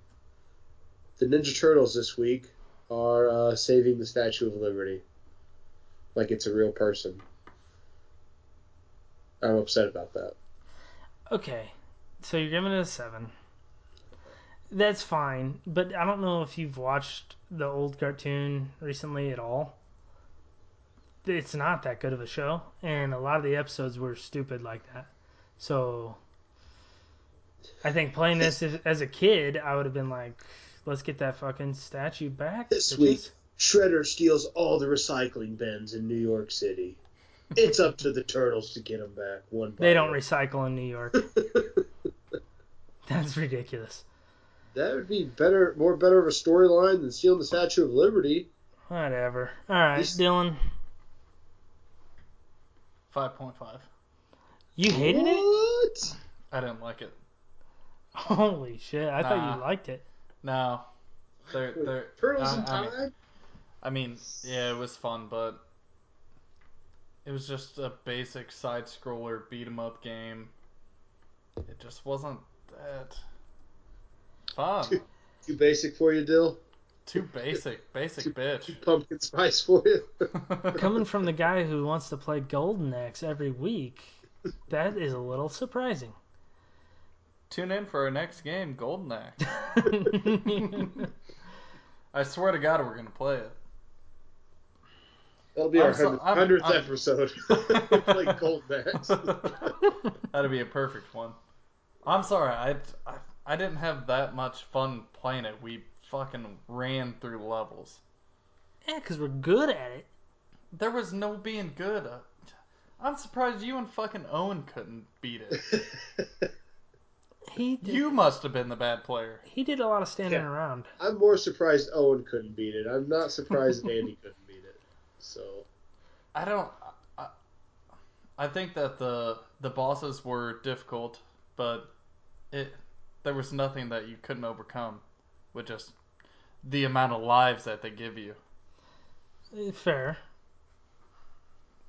Speaker 3: The Ninja Turtles this week are uh, saving the Statue of Liberty, like it's a real person. I'm upset about that.
Speaker 1: Okay, so you're giving it a seven. That's fine, but I don't know if you've watched the old cartoon recently at all. It's not that good of a show, and a lot of the episodes were stupid like that. So, I think playing this as as a kid, I would have been like, "Let's get that fucking statue back."
Speaker 3: This
Speaker 1: bitches."
Speaker 3: week, Shredder steals all the recycling bins in New York City. It's up to the turtles to get them back one. by
Speaker 1: they don't
Speaker 3: one.
Speaker 1: recycle in New York. That's ridiculous.
Speaker 3: that would be better, more better of a storyline than stealing the Statue of Liberty.
Speaker 1: Whatever. All right,
Speaker 3: This-
Speaker 1: Dylan,
Speaker 2: Five point five.
Speaker 1: you hated it.
Speaker 3: What?
Speaker 2: I didn't like it.
Speaker 1: Holy shit! I thought you
Speaker 2: Nah.
Speaker 1: liked it.
Speaker 2: No, they're they're
Speaker 3: Turtles
Speaker 2: I,
Speaker 3: in
Speaker 2: Uh, I
Speaker 3: time.
Speaker 2: mean- I mean, yeah, it was fun, but it was just a basic side scroller beat 'em up game. It just wasn't that fun.
Speaker 3: Too basic for you, Dill.
Speaker 2: Too basic, basic bitch.
Speaker 3: Too pumpkin spice for you.
Speaker 1: Coming from the guy who wants to play Golden Axe every week, that is a little surprising.
Speaker 2: Tune in for our next game, Golden Axe. I swear to God, we're gonna play it.
Speaker 3: That'll be
Speaker 2: I'm
Speaker 3: our
Speaker 2: so-
Speaker 3: 100th
Speaker 2: I'm-
Speaker 3: hundredth
Speaker 2: I'm-
Speaker 3: episode. like Gold Max.
Speaker 2: That'd be a perfect one. I'm sorry, I, I I didn't have that much fun playing it. We fucking ran through levels.
Speaker 1: yeah, because we're good at it.
Speaker 2: There was no being good. Uh, I'm surprised you and fucking Owen couldn't beat it.
Speaker 1: He did,
Speaker 2: You must have been the bad player.
Speaker 1: he did a lot of standing
Speaker 3: Yeah.
Speaker 1: around.
Speaker 3: I'm more surprised Owen couldn't beat it. I'm not surprised Andy couldn't beat it. So
Speaker 2: I don't. I, I think that the the bosses were difficult, but it there was nothing that you couldn't overcome with just the amount of lives that they give you.
Speaker 1: Eh, Fair.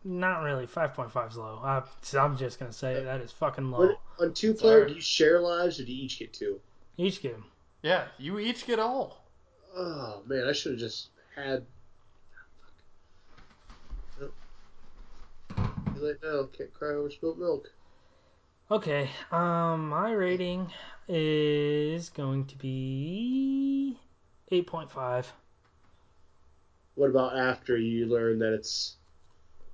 Speaker 1: Not really. Five point five is low. I, I'm just gonna say that is fucking low.
Speaker 3: when, on two player,
Speaker 2: Sorry.
Speaker 3: do you share lives or do you each get two?
Speaker 1: Each game.
Speaker 2: Yeah, you each get all.
Speaker 3: Oh man, I should have just had. Nope. Too late now. Can't cry over spilt milk.
Speaker 1: Okay. Um, my rating is going to be eight point five.
Speaker 3: What about after you learn that it's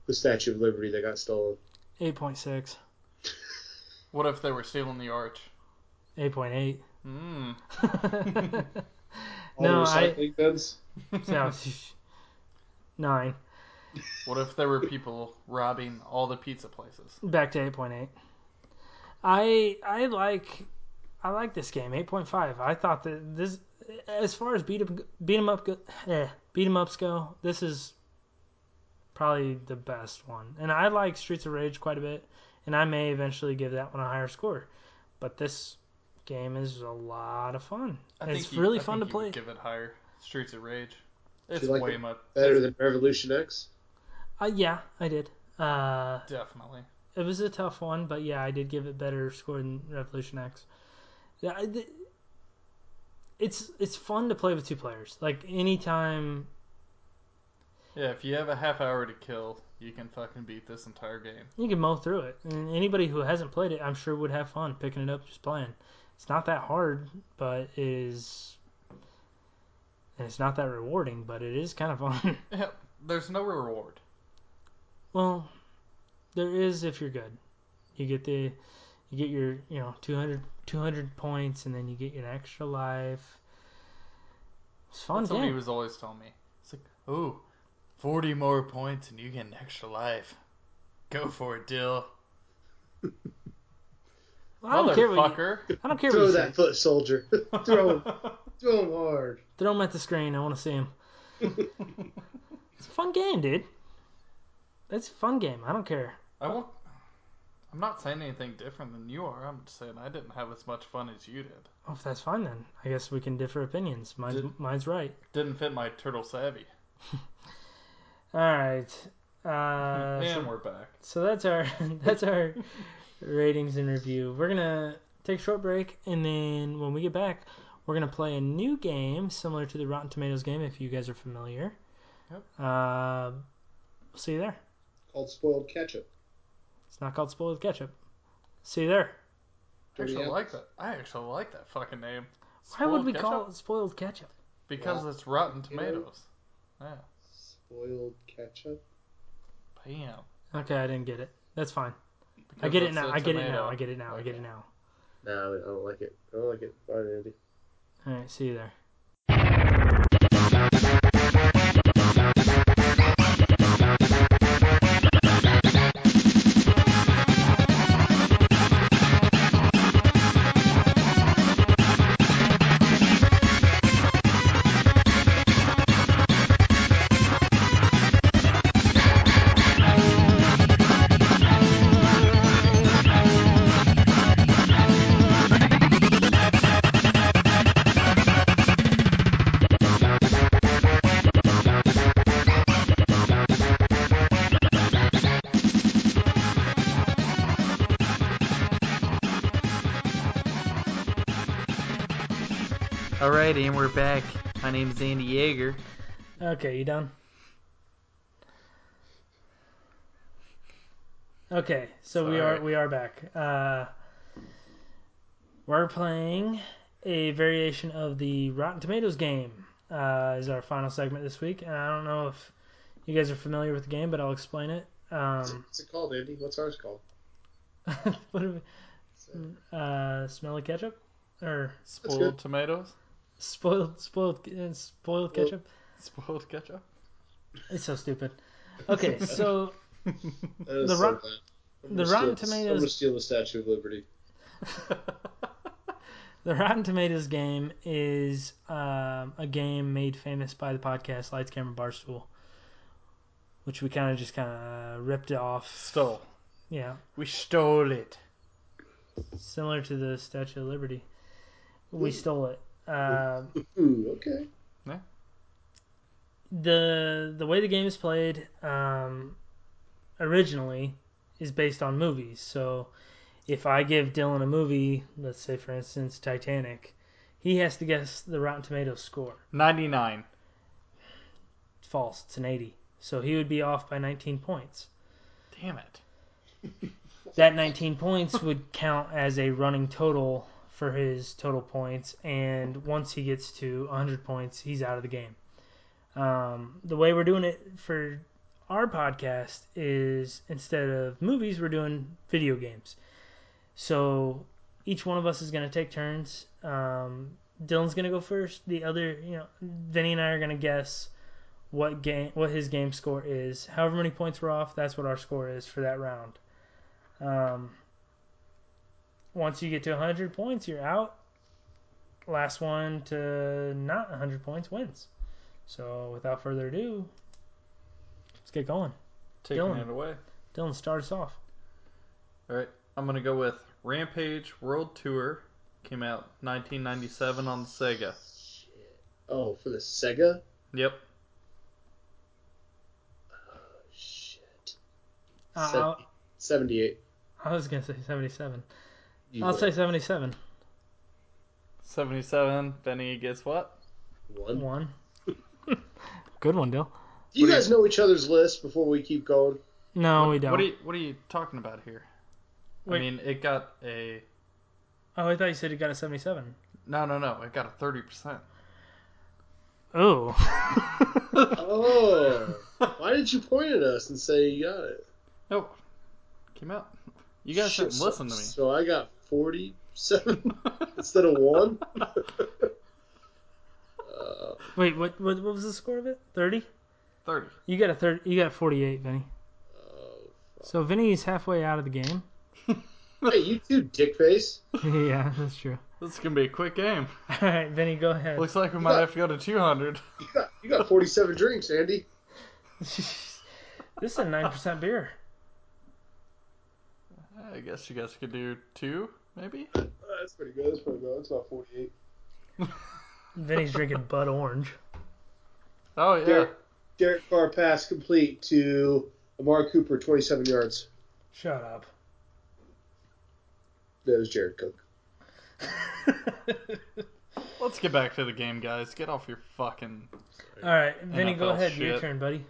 Speaker 3: the Statue of Liberty that got stolen?
Speaker 1: Eight point six.
Speaker 2: What if they were stealing the arch?
Speaker 1: Eight point eight.
Speaker 2: Mm.
Speaker 3: All the
Speaker 1: No, I-
Speaker 3: recycling bins.
Speaker 1: So, nine.
Speaker 2: What if there were people robbing all the pizza places?
Speaker 1: Back to eight point eight. I I like I like this game. Eight point five. I thought that this, as far as beat 'em beat 'em up go, eh, beat 'em ups go, this is probably the best one. And I like Streets of Rage quite a bit, and I may eventually give that one a higher score. But this game is a lot of fun.
Speaker 2: I
Speaker 1: it's
Speaker 2: think you-
Speaker 1: really
Speaker 2: I
Speaker 1: fun to
Speaker 2: think you
Speaker 1: play.
Speaker 2: would Give it higher. Streets of Rage. It's
Speaker 3: you like
Speaker 2: way
Speaker 3: it
Speaker 2: much.
Speaker 3: Better
Speaker 2: it's
Speaker 3: than Revolution X.
Speaker 1: uh, yeah, I did. Uh,
Speaker 2: Definitely.
Speaker 1: it was a tough one, but yeah, I did give it better score than Revolution X. Yeah, I, th- it's it's fun to play with two players. Like anytime,
Speaker 2: Yeah, if you have a half hour to kill, you can fucking beat this entire game.
Speaker 1: you can mow through it, and anybody who hasn't played it, I'm sure would have fun picking it up, just playing. It's not that hard, but it is, and it's not that rewarding, but it is kind of fun.
Speaker 2: Yep. There's no reward.
Speaker 1: Well, there is if you're good. You get the you get your, you know, 200, 200 points and then you get an extra life. It's a fun
Speaker 2: That's what he
Speaker 1: game.
Speaker 2: was always telling me. It's like, ooh, 40 more points and you get an extra life. Go for it, Dill.
Speaker 1: Well, I don't care what you,
Speaker 2: Motherfucker.
Speaker 1: I don't care what
Speaker 3: Throw
Speaker 1: you
Speaker 3: that
Speaker 1: say.
Speaker 3: foot soldier. throw him. Throw him hard.
Speaker 1: Throw him at the screen. I want to see him. It's a fun game, dude. It's a fun game. I don't care.
Speaker 2: I won't. I'm not saying anything different than you are. I'm just saying I didn't have as much fun as you did.
Speaker 1: Oh, if that's fine then. I guess we can differ opinions. Mine's,
Speaker 2: Did-
Speaker 1: mine's right.
Speaker 2: Didn't fit my turtle savvy.
Speaker 1: All right. Uh, so-
Speaker 2: and we're back.
Speaker 1: so that's our that's our ratings and review. We're gonna take a short break, and then when we get back, we're gonna play a new game similar to the Rotten Tomatoes game, if you guys are familiar. Yep. Uh, we'll see you there.
Speaker 3: Called spoiled ketchup.
Speaker 1: It's not called spoiled ketchup. See you there.
Speaker 2: I
Speaker 3: Dirty
Speaker 2: actually
Speaker 3: Apple.
Speaker 2: like that. I actually like that fucking name.
Speaker 1: Why would
Speaker 2: Spoiled
Speaker 1: we
Speaker 2: ketchup?
Speaker 1: call it spoiled ketchup?
Speaker 2: Because
Speaker 3: Yeah.
Speaker 2: it's Rotten
Speaker 3: You know?
Speaker 2: Tomatoes. Yeah.
Speaker 3: Spoiled ketchup.
Speaker 2: Bam.
Speaker 1: Okay, I didn't get it. That's fine. I
Speaker 2: Because
Speaker 1: get it
Speaker 2: it's
Speaker 1: now.
Speaker 2: a
Speaker 1: I get it
Speaker 2: tomato.
Speaker 1: now. I get it now. I get
Speaker 2: Okay.
Speaker 1: it now.
Speaker 3: No, I don't like it. I don't like it. Bye, Andy.
Speaker 1: All right. See you there.
Speaker 5: Alright, and we're back. My name is Andy Yeager.
Speaker 1: Okay, you done? Okay, so we are
Speaker 2: Sorry.
Speaker 1: we are back. Uh, we're playing a variation of the Rotten Tomatoes game. Uh, is our final segment this week, and I don't know if you guys are familiar with the game, but I'll explain it. Um,
Speaker 3: What's it called, Andy? What's ours called?
Speaker 1: what are we, uh, smelly ketchup or
Speaker 2: Spoiled tomatoes?
Speaker 1: spoiled spoiled uh, spoiled
Speaker 3: Well-
Speaker 1: ketchup?
Speaker 2: Spoiled ketchup?
Speaker 1: It's so stupid. Okay, so
Speaker 3: That is
Speaker 1: The
Speaker 3: so
Speaker 1: Rot-
Speaker 3: bad. I'm
Speaker 1: the Rotten
Speaker 3: gonna steal this- I'm
Speaker 1: Tomatoes-
Speaker 3: gonna steal the Statue of Liberty.
Speaker 1: The Rotten Tomatoes game is um, a game made famous by the podcast Lights Camera Barstool, which we kind of just kind of ripped it off.
Speaker 2: Stole.
Speaker 1: Yeah,
Speaker 2: We stole it.
Speaker 1: similar to the Statue of Liberty. We stole it. Um,
Speaker 3: Ooh, okay.
Speaker 1: the the way the game is played um, originally is based on movies. So if I give Dylan a movie, let's say for instance Titanic, he has to guess the Rotten Tomatoes score.
Speaker 2: 99.
Speaker 1: It's false. It's an 80. So he would be off by 19 points.
Speaker 2: Damn it.
Speaker 1: That 19 points would count as a running total for his total points, and once he gets to 100 points, he's out of the game. Um, the way we're doing it for our podcast is instead of movies, we're doing video games. So each one of us is going to take turns. Um, Dylan's going to go first. The other, you know, Vinny and I are going to guess what game, what his game score is. However many points we're off, that's what our score is for that round. Um, once you get to 100 points, you're out. Last one to not 100 points wins. So without further ado, let's get going.
Speaker 2: Taking
Speaker 1: Dylan.
Speaker 2: it away.
Speaker 1: Dylan, start us off.
Speaker 2: I'm going to go with Rampage World Tour. Came out 1997 on the Sega.
Speaker 3: Oh, for the Sega?
Speaker 2: Yep.
Speaker 3: Shit.
Speaker 1: Uh,
Speaker 3: Oh, Se-
Speaker 1: I'll,
Speaker 3: 78.
Speaker 1: Uh, I was gonna say seventy-seven.
Speaker 3: You
Speaker 1: I'll
Speaker 3: go
Speaker 1: say seventy-seven.
Speaker 2: 77. Benny gets what?
Speaker 3: one.
Speaker 1: One. Good one, Dill.
Speaker 3: Do you
Speaker 2: What do
Speaker 3: guys know each other's list before we keep going?
Speaker 1: No,
Speaker 2: what,
Speaker 1: we don't.
Speaker 2: What are you, what are you talking about here?
Speaker 1: Wait.
Speaker 2: I mean, it got a.
Speaker 1: Oh, I thought you said you got a seventy-seven.
Speaker 2: No, no, no. It got a 30%.
Speaker 1: Oh.
Speaker 3: Oh, why did you point at us and say you got it?
Speaker 2: No. Came out. You guys
Speaker 3: Shit,
Speaker 2: didn't listen to me.
Speaker 3: So I got 47 instead of one. uh,
Speaker 1: Wait, what, what? What was the score of it? Thirty.
Speaker 2: 30.
Speaker 1: You got a third. You got forty-eight, Vinny.
Speaker 3: oh.
Speaker 1: So Vinny's halfway out of the game.
Speaker 3: hey, you too, dickface.
Speaker 1: yeah, that's true.
Speaker 2: This is going to be a quick game.
Speaker 1: All right, Vinny, go ahead.
Speaker 2: Looks like we might have to go to 200.
Speaker 3: You got, you got 47 drinks, Andy.
Speaker 1: this is a nine percent beer.
Speaker 2: I guess you guys could do two, maybe?
Speaker 3: Uh, that's pretty good. That's pretty good. That's about 48.
Speaker 1: Vinny's drinking Bud Orange.
Speaker 2: Oh, yeah.
Speaker 3: Derek, Derek Carr pass complete to Amari Cooper, 27 yards.
Speaker 1: Shut up.
Speaker 3: That was Jared Cook.
Speaker 2: Let's get back to the game, guys. Get off your fucking.
Speaker 1: All right, Vinny, go
Speaker 2: NFL
Speaker 1: ahead. Your
Speaker 2: shit.
Speaker 1: turn, buddy.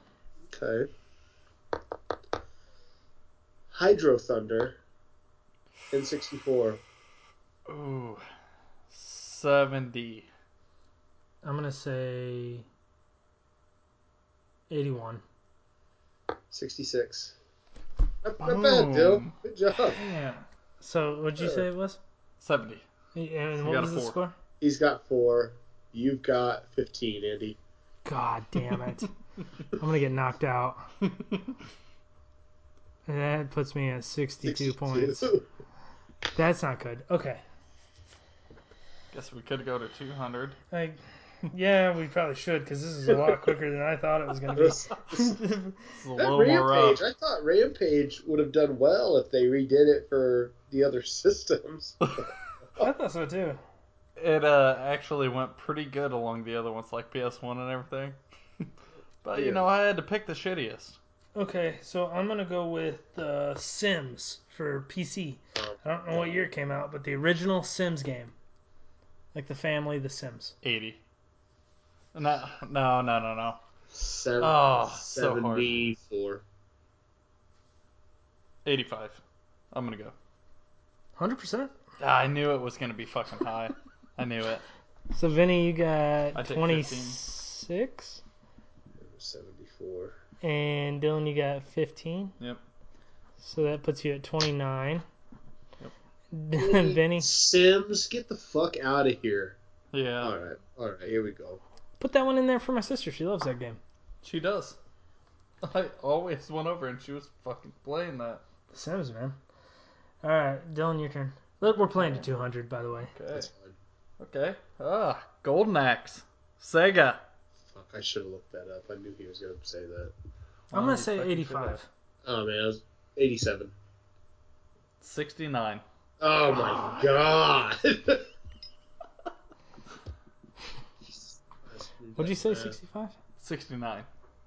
Speaker 3: Okay. Hydro Thunder, N64.
Speaker 2: Ooh. 70.
Speaker 1: I'm gonna say eighty-one.
Speaker 3: 66. Not, not bad, Dill.
Speaker 2: Boom.
Speaker 3: Good job.
Speaker 1: Yeah. So, what'd you say it was?
Speaker 2: 70.
Speaker 1: And
Speaker 2: got
Speaker 1: what
Speaker 2: a
Speaker 1: was the
Speaker 2: four.
Speaker 1: score?
Speaker 3: He's got four. You've got 15, Andy.
Speaker 1: God damn it! I'm gonna get knocked out. And that puts me at 62 points. That's not good. Okay.
Speaker 2: Guess we could go to 200.
Speaker 1: Like, yeah, we probably should because this is a lot quicker than I thought it was going to be.
Speaker 2: It's a
Speaker 3: That
Speaker 2: little more rough.
Speaker 3: Rampage, I thought Rampage would have done well if they redid it for the other systems.
Speaker 1: I thought so too.
Speaker 2: It uh, actually went pretty good along the other ones, like PS1 and everything. but,
Speaker 3: Yeah.
Speaker 2: you know, I had to pick the shittiest.
Speaker 1: Okay, so I'm going to go with uh, Sims for PC. I don't know what year it came out, but the original Sims game. Like the family, the Sims.
Speaker 2: 80. No, no, no, no, no.
Speaker 3: Seven,
Speaker 2: Oh, so hard.
Speaker 3: 74.
Speaker 2: 85. I'm going to go.
Speaker 1: 100%?
Speaker 2: Ah, I knew it was going to be fucking high. I knew it.
Speaker 1: So, Vinny, you
Speaker 2: I
Speaker 1: got
Speaker 2: take
Speaker 1: 26.
Speaker 3: 74.
Speaker 1: And Dylan, you got 15.
Speaker 2: Yep.
Speaker 1: So that puts you at 29.
Speaker 3: Really?
Speaker 1: Vinny,
Speaker 3: Sims, get the fuck out of here.
Speaker 2: Yeah,
Speaker 3: All right, all right, here we go.
Speaker 1: put that one in there for my sister. She loves that game.
Speaker 2: she does. I always went over and she was fucking playing that.
Speaker 1: The Sims, man. All right, Dylan, your turn. Look, we're playing to 200, by the way.
Speaker 2: Okay.
Speaker 3: That's fine.
Speaker 2: Okay. Ah, Golden Axe. Sega.
Speaker 3: Fuck, I should have looked that up. I knew he was going to say that.
Speaker 1: I'm
Speaker 2: Oh, you
Speaker 1: gonna say
Speaker 2: fucking
Speaker 1: 85.
Speaker 2: should've.
Speaker 3: Oh, man, I was 87.
Speaker 2: 69.
Speaker 3: Oh, my God.
Speaker 1: What'd you say, 65?
Speaker 2: 69.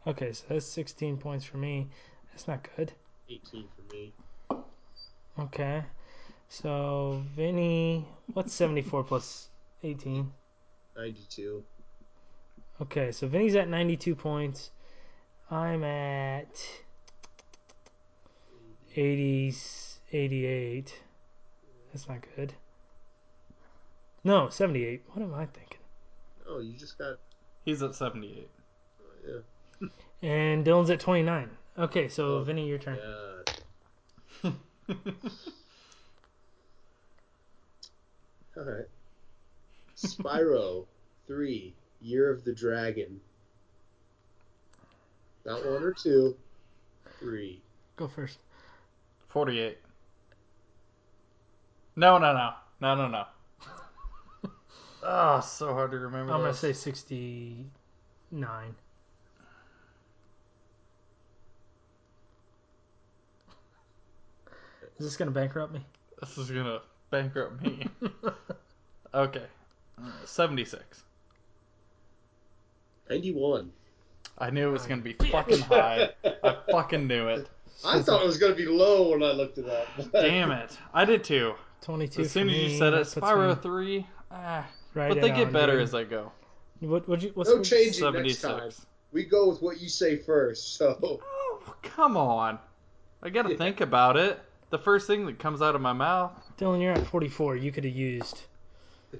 Speaker 1: Okay, so that's 16 points for me. That's not good.
Speaker 3: 18 for me.
Speaker 1: Okay, so Vinny, what's 74 plus 18?
Speaker 3: 92.
Speaker 1: Okay, so Vinny's at 92 points. I'm at 80, 88. That's not good. No, 78. What am I thinking?
Speaker 3: Oh, you just got.
Speaker 2: He's at 78.
Speaker 3: Yeah.
Speaker 1: And Dylan's at 29. Okay, so
Speaker 3: Oh,
Speaker 1: Vinny, your turn.
Speaker 3: yeah. All right. Spyro 3, Year of the Dragon. Not one or two. Three.
Speaker 1: Go first.
Speaker 2: 48. No, no, no. No, no, no. Ah, so hard to remember.
Speaker 1: I'm gonna
Speaker 2: those.
Speaker 1: say 69. Is this gonna bankrupt me?
Speaker 2: This is gonna bankrupt me. okay. Uh, 76.
Speaker 3: 91.
Speaker 2: I knew it was gonna be fucking high. I fucking knew it.
Speaker 3: I thought it was going to be low when I looked it up.
Speaker 2: Damn it. I did too.
Speaker 1: 22.
Speaker 2: As soon
Speaker 1: for
Speaker 2: as you
Speaker 1: me,
Speaker 2: said it,
Speaker 1: that puts me
Speaker 2: Spyro 3. Ah,
Speaker 1: right
Speaker 2: but they
Speaker 1: at
Speaker 2: get
Speaker 1: on,
Speaker 2: better
Speaker 1: dude.
Speaker 2: as they go.
Speaker 1: What, what'd you, what's
Speaker 3: No changing next
Speaker 2: 76.
Speaker 3: time. We go with what you say first. So
Speaker 2: Oh, come on. I gotta
Speaker 3: Yeah.
Speaker 2: think about it. The first thing that comes out of my mouth.
Speaker 1: Dylan, you're at 44. You could have used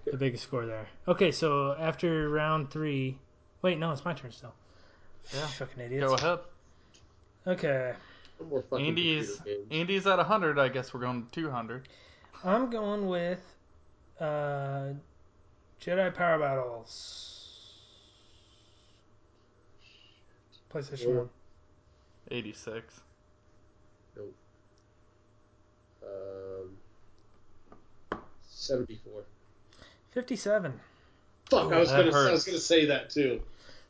Speaker 1: the biggest score there. Okay, so after round three. Wait, no, it's my turn still.
Speaker 2: Yeah.
Speaker 1: Fucking
Speaker 2: Go
Speaker 1: idiots.
Speaker 2: ahead.
Speaker 1: Okay.
Speaker 3: one more fucking
Speaker 2: Andy's
Speaker 3: computer game.
Speaker 2: Andy's at 100. I guess we're going to 200.
Speaker 1: I'm going with uh, Jedi Power Battles. PlayStation
Speaker 3: Yeah.
Speaker 1: 1.
Speaker 2: 86.
Speaker 3: Um, seventy-four.
Speaker 1: 57.
Speaker 3: Fuck, I was
Speaker 2: that
Speaker 3: going to I
Speaker 2: hurts.
Speaker 3: was going to say that too.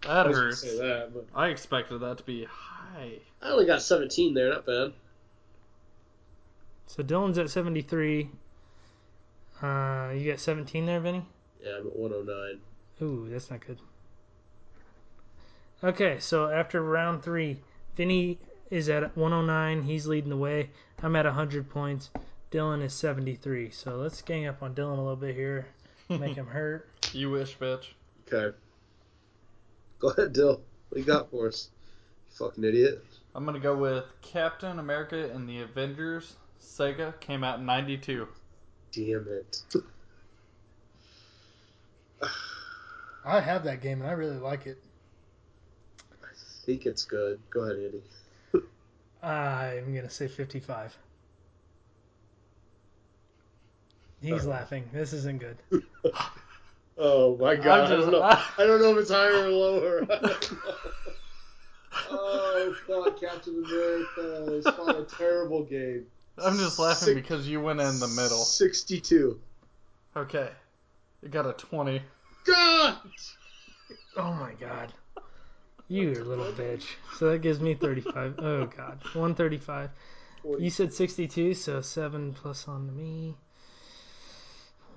Speaker 2: That
Speaker 3: I was going to
Speaker 2: hurts.
Speaker 3: say that, but
Speaker 2: I expected that to be high.
Speaker 3: I only got seventeen there. Not bad.
Speaker 1: So Dylan's at 73. Uh, you got 17 there, Vinny?
Speaker 3: Yeah, I'm at one hundred nine.
Speaker 1: Ooh, that's not good. Okay, so after round three, Vinny is at 109. He's leading the way. I'm at 100 points. Dylan is 73. So let's gang up on Dylan a little bit here, make him hurt.
Speaker 2: You wish, bitch.
Speaker 3: Okay. Go ahead, Dill. What you got for us? You fucking idiot.
Speaker 2: I'm gonna go with Captain America and the Avengers. Sega came out in '92.
Speaker 3: Damn it.
Speaker 1: I have that game and I really like it.
Speaker 3: I think it's good. Go ahead, Andy.
Speaker 1: I'm gonna say 55. He's
Speaker 3: Oh.
Speaker 1: laughing. This isn't good.
Speaker 3: Oh my
Speaker 2: I'm
Speaker 3: god! I,
Speaker 2: just-
Speaker 3: don't know. I don't know if it's higher or lower. I don't know. oh fuck! Captain America is not a terrible game.
Speaker 2: I'm just laughing
Speaker 3: Six-
Speaker 2: because you went in the middle.
Speaker 3: Sixty-two.
Speaker 2: Okay, you got a 20.
Speaker 3: God.
Speaker 1: Oh my god. You little bitch. So that gives me 35. Oh god. 135. You said 62, so 7 plus on to me.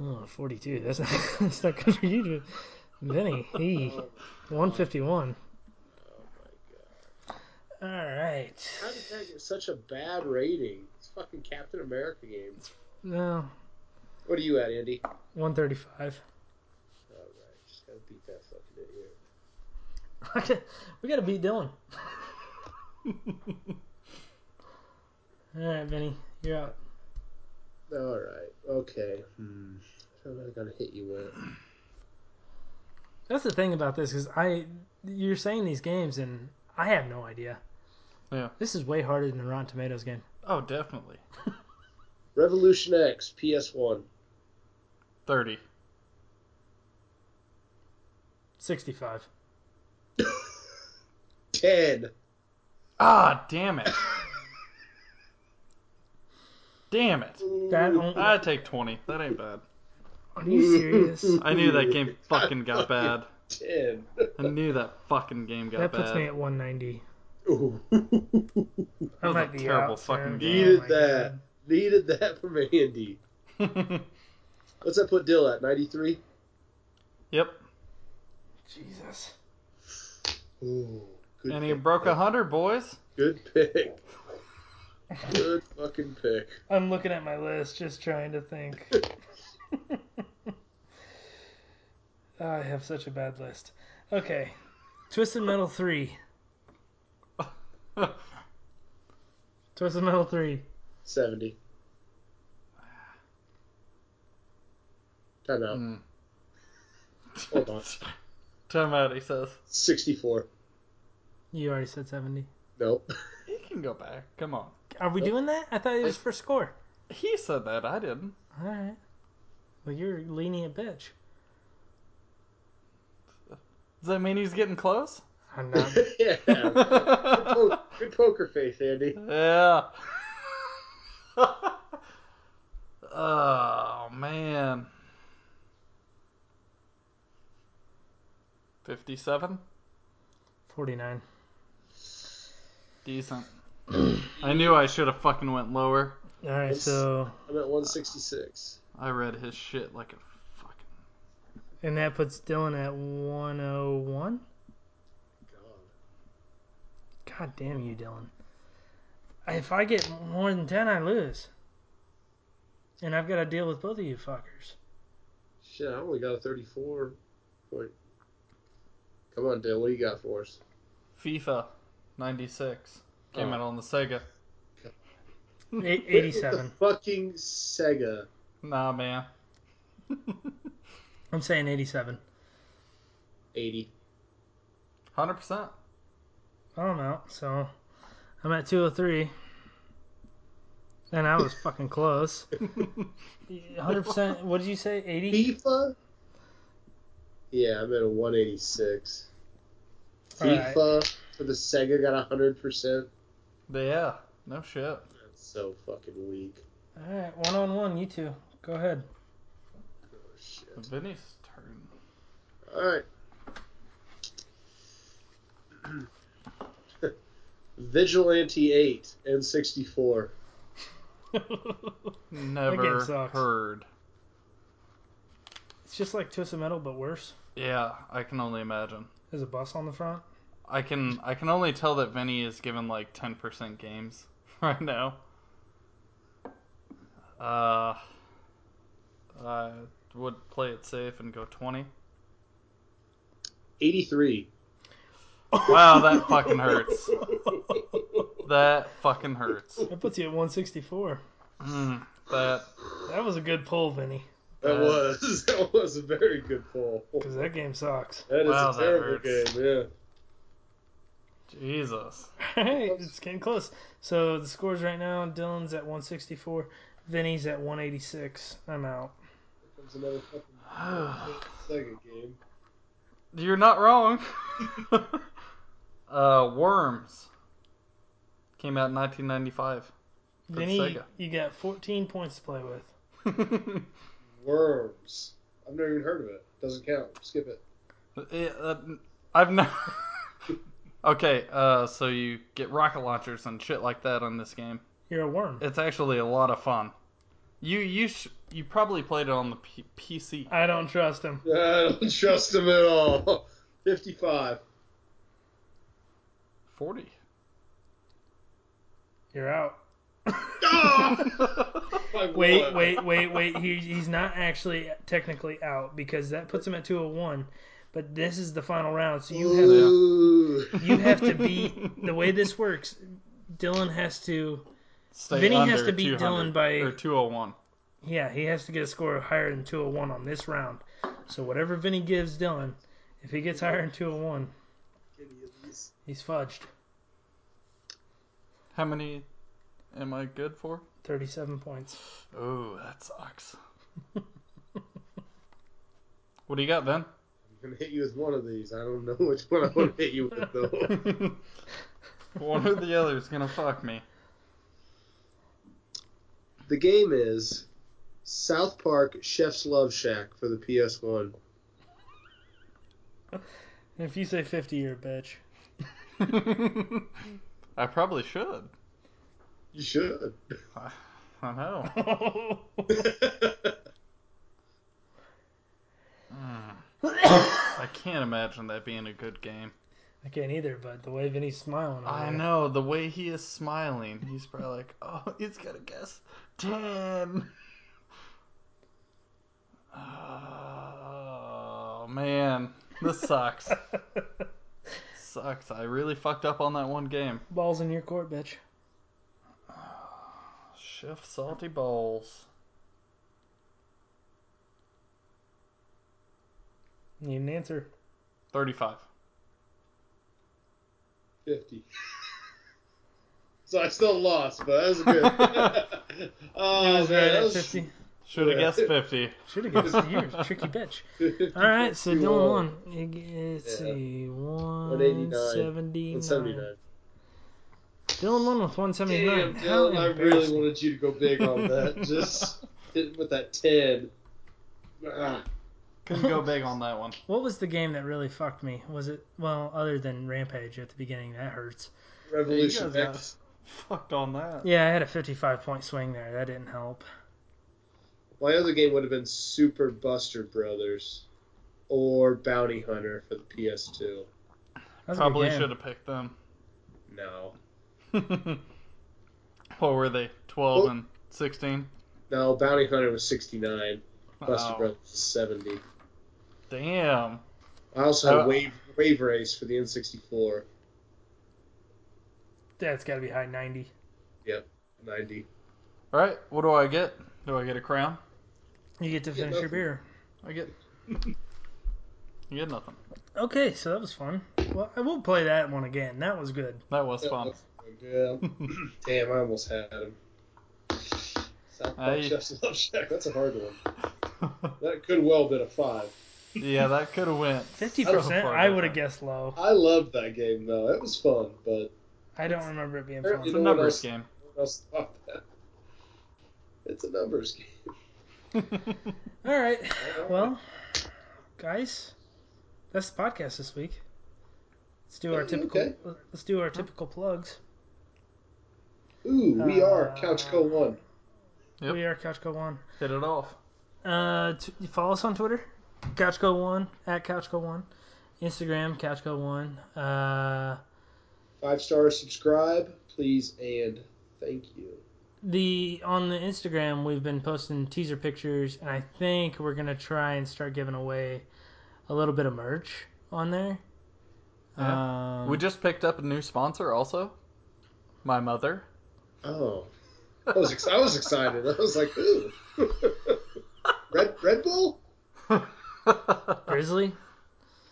Speaker 1: Oh, 42. That's not, that's not good for you, to- Vinny. He, 151. Oh All right.
Speaker 3: How did that get such a bad rating? It's fucking Captain America game.
Speaker 1: No,
Speaker 3: What are you at, Andy?
Speaker 1: 135.
Speaker 3: All right, just gotta beat that fucking idiot.
Speaker 1: we gotta beat Dylan. All right, Vinny, you're out.
Speaker 3: All right. Okay. Hmm. What am I gonna hit you with?
Speaker 1: That's the thing about this, because I, you're saying these games, and I have no idea.
Speaker 2: Yeah.
Speaker 1: This is way harder than the Rotten Tomatoes game.
Speaker 2: Oh, definitely
Speaker 3: Revolution X PS1.
Speaker 2: 30.
Speaker 1: 65.
Speaker 3: Ten.
Speaker 2: Ah, damn it. damn it.
Speaker 1: That
Speaker 2: I take 20. That ain't bad.
Speaker 1: are you serious?
Speaker 2: I knew that game fucking got bad.
Speaker 3: Ten.
Speaker 2: I knew that fucking game got
Speaker 1: that
Speaker 2: bad.
Speaker 1: puts me at 190.
Speaker 3: Ooh.
Speaker 1: I
Speaker 2: That was
Speaker 1: might
Speaker 2: a
Speaker 1: be
Speaker 2: terrible
Speaker 1: out soon.
Speaker 2: fucking game.
Speaker 1: Oh
Speaker 3: Needed
Speaker 1: my
Speaker 3: that.
Speaker 1: God.
Speaker 3: Needed that from Andy. What's that put Dill at? 93?
Speaker 2: yep.
Speaker 1: Jesus.
Speaker 3: Ooh. Good
Speaker 2: And he
Speaker 3: pick.
Speaker 2: broke 100, boys.
Speaker 3: Good pick. Good fucking pick.
Speaker 1: I'm looking at my list, just trying to think. I have such a bad list. Okay, Twisted Metal three. Twisted Metal three.
Speaker 3: 70. Time out.
Speaker 2: Mm.
Speaker 3: Hold on.
Speaker 2: Time out, he says.
Speaker 3: 64.
Speaker 1: You already said seventy.
Speaker 3: Nope.
Speaker 2: He can go back. Come on.
Speaker 1: Are we doing that? I thought it was for score.
Speaker 2: He said that. I didn't.
Speaker 1: All right. Well, you're a lenient bitch.
Speaker 2: Does that mean he's getting close?
Speaker 1: I'm not.
Speaker 3: yeah. Good,
Speaker 2: Oh,
Speaker 3: po- good poker face, Andy.
Speaker 2: yeah. oh man. Fifty-seven.
Speaker 1: Forty-nine.
Speaker 2: Decent. I knew I should have fucking went lower.
Speaker 1: All right, so
Speaker 3: I'm at 166.
Speaker 2: I read his shit like a fucking.
Speaker 1: and that puts Dylan at one oh one.
Speaker 3: God.
Speaker 1: God damn you, Dylan. if I get more than ten, I lose, and I've got to deal with both of you fuckers.
Speaker 3: Shit, I only got a 34. Point. Come on, Dale, what do you got for us?
Speaker 2: FIFA 96 came
Speaker 3: Oh.
Speaker 2: out on the Sega.
Speaker 1: Eight-
Speaker 3: Quit with
Speaker 1: Eighty-seven.
Speaker 3: The fucking Sega.
Speaker 2: Nah, man.
Speaker 1: I'm saying eighty-seven.
Speaker 3: 80.
Speaker 2: 100%.
Speaker 1: I don't know. So I'm at two hundred three, and I was fucking close. Hundred percent. What did you say? Eighty.
Speaker 3: FIFA? Yeah, I'm at a 186.
Speaker 1: All right.
Speaker 3: FIFA for the Sega got 100%.
Speaker 2: Yeah, no shit.
Speaker 3: That's so fucking weak.
Speaker 1: All right, one on one. You two, go ahead.
Speaker 3: Oh, shit.
Speaker 2: Vinny's turn.
Speaker 3: Alright. Vigilante 8, N64.
Speaker 2: Never
Speaker 1: sucks.
Speaker 2: heard.
Speaker 1: It's just like Twisted Metal, but worse.
Speaker 2: Yeah, I can only imagine.
Speaker 1: There's a bus on the front.
Speaker 2: I can I can only tell that Vinny is given like 10% games right now. Uh, I would play it safe and go 20.
Speaker 3: 83.
Speaker 2: Wow, that fucking hurts. That fucking hurts.
Speaker 1: That puts you at 164.
Speaker 2: Mm, that
Speaker 1: That was a good pull, Vinny,
Speaker 3: That
Speaker 2: Uh,
Speaker 3: was that was a very good pull.
Speaker 1: because that game sucks.
Speaker 3: That is
Speaker 2: Wow,
Speaker 3: a
Speaker 2: that
Speaker 3: terrible
Speaker 2: hurts.
Speaker 3: game, yeah.
Speaker 2: Jesus.
Speaker 1: Alright, it's getting close. So the scores right now: Dylan's at 164, Vinny's at 186. I'm out.
Speaker 3: Comes another fucking Sega game.
Speaker 2: You're not wrong. uh, Worms came out in 1995. Good
Speaker 1: Vinny,
Speaker 2: Sega.
Speaker 1: you got 14 points to play with.
Speaker 3: Worms. I've never even heard of it. Doesn't count. Skip it.
Speaker 2: Yeah, uh, I've never. okay, uh, so you get rocket launchers and shit like that on this game.
Speaker 1: You're a worm.
Speaker 2: It's actually a lot of fun. You you sh- you probably played it on the P- PC.
Speaker 1: I don't trust him.
Speaker 3: I don't trust him at all. 55.
Speaker 2: 40.
Speaker 1: You're out.
Speaker 3: I
Speaker 1: Wait,
Speaker 3: won.
Speaker 1: wait, wait, wait. He, he's not actually technically out because that puts him at 201. But this is the final round, so you have
Speaker 3: Ooh.
Speaker 1: you have to beat the way this works. Dylan has to
Speaker 2: Stay
Speaker 1: Vinny has
Speaker 2: under
Speaker 1: to beat
Speaker 2: 200,
Speaker 1: Dylan by-
Speaker 2: or 201.
Speaker 1: yeah, he has to get a score higher than 201 on this round. So whatever Vinny gives Dylan, if he gets higher than 201, he's fudged.
Speaker 2: How many am I good for?
Speaker 1: 37 points.
Speaker 2: Oh, that sucks. what do you got, Ben?
Speaker 3: I'm gonna hit you with one of these. I don't know which one I want to hit you with though.
Speaker 2: One or the other is gonna fuck me.
Speaker 3: the game is South Park Chef's Love Shack for the PS1.
Speaker 1: If you say 50, you're a bitch.
Speaker 2: I probably should.
Speaker 3: You should.
Speaker 2: I know. I can't imagine that being a good game.
Speaker 1: I can't either, but the way Vinny's smiling. over
Speaker 2: I
Speaker 1: there.
Speaker 2: know the way he is smiling. He's probably like, "Oh, he's got to guess ten. Oh man, this sucks. sucks. I really fucked up on that one game.
Speaker 1: Ball's in your court, bitch.
Speaker 2: Chef Salty Balls.
Speaker 1: Need an answer.
Speaker 2: Thirty-five.
Speaker 3: 50. So I still lost, but that was good. oh,
Speaker 1: Is
Speaker 3: man,
Speaker 1: that
Speaker 3: that
Speaker 1: at
Speaker 3: was
Speaker 1: 50?
Speaker 2: Should have
Speaker 3: Yeah.
Speaker 2: guessed fifty.
Speaker 1: Should have guessed the year. Tricky bitch. All right, so
Speaker 3: Too
Speaker 1: Dylan
Speaker 3: old.
Speaker 1: won. Let's see,
Speaker 3: 189.
Speaker 1: 179.
Speaker 3: 179.
Speaker 1: Dylan won with 179.
Speaker 3: Damn,
Speaker 1: How
Speaker 3: Dylan, I really
Speaker 1: embarrassing.
Speaker 3: wanted you to go big on that. Just hit with that 10. Ah,
Speaker 2: Couldn't go big on that one.
Speaker 1: What was the game that really fucked me? Was it, well, other than Rampage at the beginning? That hurts.
Speaker 3: Revolution
Speaker 2: Yeah, you guys
Speaker 3: X.
Speaker 2: Fucked on that.
Speaker 1: Yeah, I had a 55 point swing there. That didn't help.
Speaker 3: My other game would have been Super Buster Brothers or Bounty Hunter for the PS2.
Speaker 1: That was a good
Speaker 2: Probably
Speaker 1: game.
Speaker 2: should have picked them.
Speaker 3: No.
Speaker 2: What were they? Twelve
Speaker 3: Well-
Speaker 2: and sixteen.
Speaker 3: No, Bounty Hunter was 69. Buster
Speaker 2: Oh,
Speaker 3: Brothers was 70.
Speaker 2: damn.
Speaker 3: I also had
Speaker 1: Uh,
Speaker 2: Oh.
Speaker 3: Wave Wave Race for the N64,
Speaker 1: That's got to be high 90.
Speaker 3: 90.
Speaker 2: All right. What do I get? Do I get a crown?
Speaker 1: You get to
Speaker 3: Yeah,
Speaker 1: finish your
Speaker 3: nothing.
Speaker 1: beer.
Speaker 2: I get. you get nothing.
Speaker 1: Okay, so that was fun. Well, I will play that one again. That was good.
Speaker 2: That was fun.
Speaker 3: Yeah. Damn, I almost had him. South Park
Speaker 2: I-
Speaker 3: Chef's Love Shack. That's a hard one. That could well have been a five.
Speaker 2: yeah, that could have went.
Speaker 1: 50%,
Speaker 2: far
Speaker 1: I
Speaker 2: back
Speaker 1: would have
Speaker 2: then.
Speaker 1: guessed low.
Speaker 3: I loved that game though. It was fun, but
Speaker 1: I don't remember it being
Speaker 2: It's
Speaker 1: fun.
Speaker 2: a
Speaker 3: know what
Speaker 2: numbers
Speaker 3: else-
Speaker 2: game.
Speaker 3: I stopped that. It's a numbers game.
Speaker 1: All right. Well, guys, that's the podcast this week. Let's do our
Speaker 3: Okay.
Speaker 1: typical let's do our typical plugs.
Speaker 3: Ooh, we are
Speaker 1: Uh,
Speaker 3: Couch Co One.
Speaker 2: Yep.
Speaker 1: We are Couch Go One.
Speaker 2: Hit it off.
Speaker 1: Uh, t- you follow us on Twitter, Couch Go One at Couch Go One, Instagram Couch Go One. Uh,
Speaker 3: Five stars, subscribe, please, and thank you.
Speaker 1: the on the Instagram we've been posting teaser pictures, and I think we're gonna try and start giving away a little bit of merch on there. Um,
Speaker 2: We just picked up a new sponsor, also. My mother.
Speaker 3: Oh, I was ex- I was excited. I was like, ooh, Red Red Bull.
Speaker 1: Grizzly
Speaker 2: Grizzly.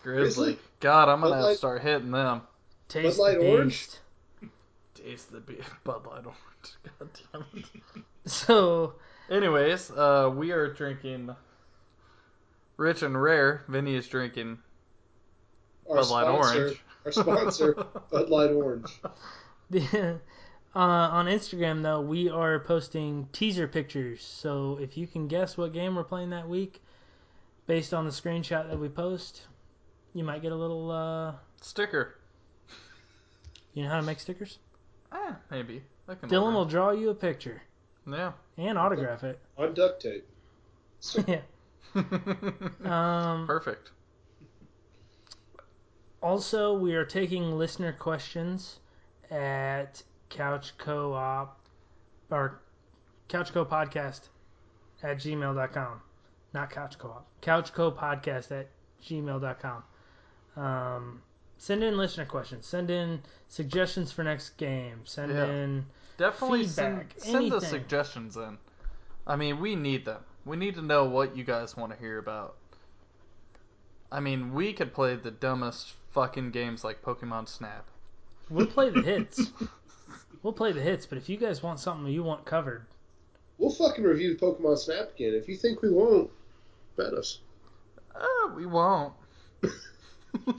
Speaker 3: Grizzly?
Speaker 2: God, I'm gonna
Speaker 3: Bud
Speaker 2: have to
Speaker 3: Light?
Speaker 2: start hitting them.
Speaker 1: taste
Speaker 3: Light
Speaker 1: the
Speaker 3: Orange?
Speaker 1: beast.
Speaker 2: Taste the beer, Bud Light Orange. God damn it.
Speaker 1: So
Speaker 2: Anyways, uh, we are drinking Rich and Rare. Vinny is drinking
Speaker 3: Our
Speaker 2: Bud Light
Speaker 3: sponsor,
Speaker 2: Orange.
Speaker 3: Our sponsor, Bud Light Orange.
Speaker 1: the, uh, on Instagram though we are posting teaser pictures. So if you can guess what game we're playing that week, based on the screenshot that we post, you might get a little. Uh,
Speaker 2: Sticker.
Speaker 1: you know how to make stickers?
Speaker 2: Ah, maybe. That can
Speaker 1: Dylan will
Speaker 2: work.
Speaker 1: draw you a picture
Speaker 2: Yeah.
Speaker 1: and autograph it.
Speaker 3: on duct tape.
Speaker 1: yeah. Um,
Speaker 2: Perfect.
Speaker 1: Also, we are taking listener questions at Couch Co-op or Couch Co Podcast at gmail.com. Not Couch Co-op. Couch Co Podcast at gmail.com. Um, send in listener questions. Send in suggestions for next game. Send
Speaker 2: Yeah.
Speaker 1: in
Speaker 2: Definitely
Speaker 1: Feedback,
Speaker 2: send, send the
Speaker 1: anything.
Speaker 2: suggestions in. I mean, we need them. We need to know what you guys want to hear about. I mean, we could play the dumbest fucking games like Pokemon Snap.
Speaker 1: we'll play the hits. we'll play the hits, but if you guys want something you want covered,
Speaker 3: We'll fucking review Pokemon Snap again. If you think we won't, bet us.
Speaker 2: Uh, we won't.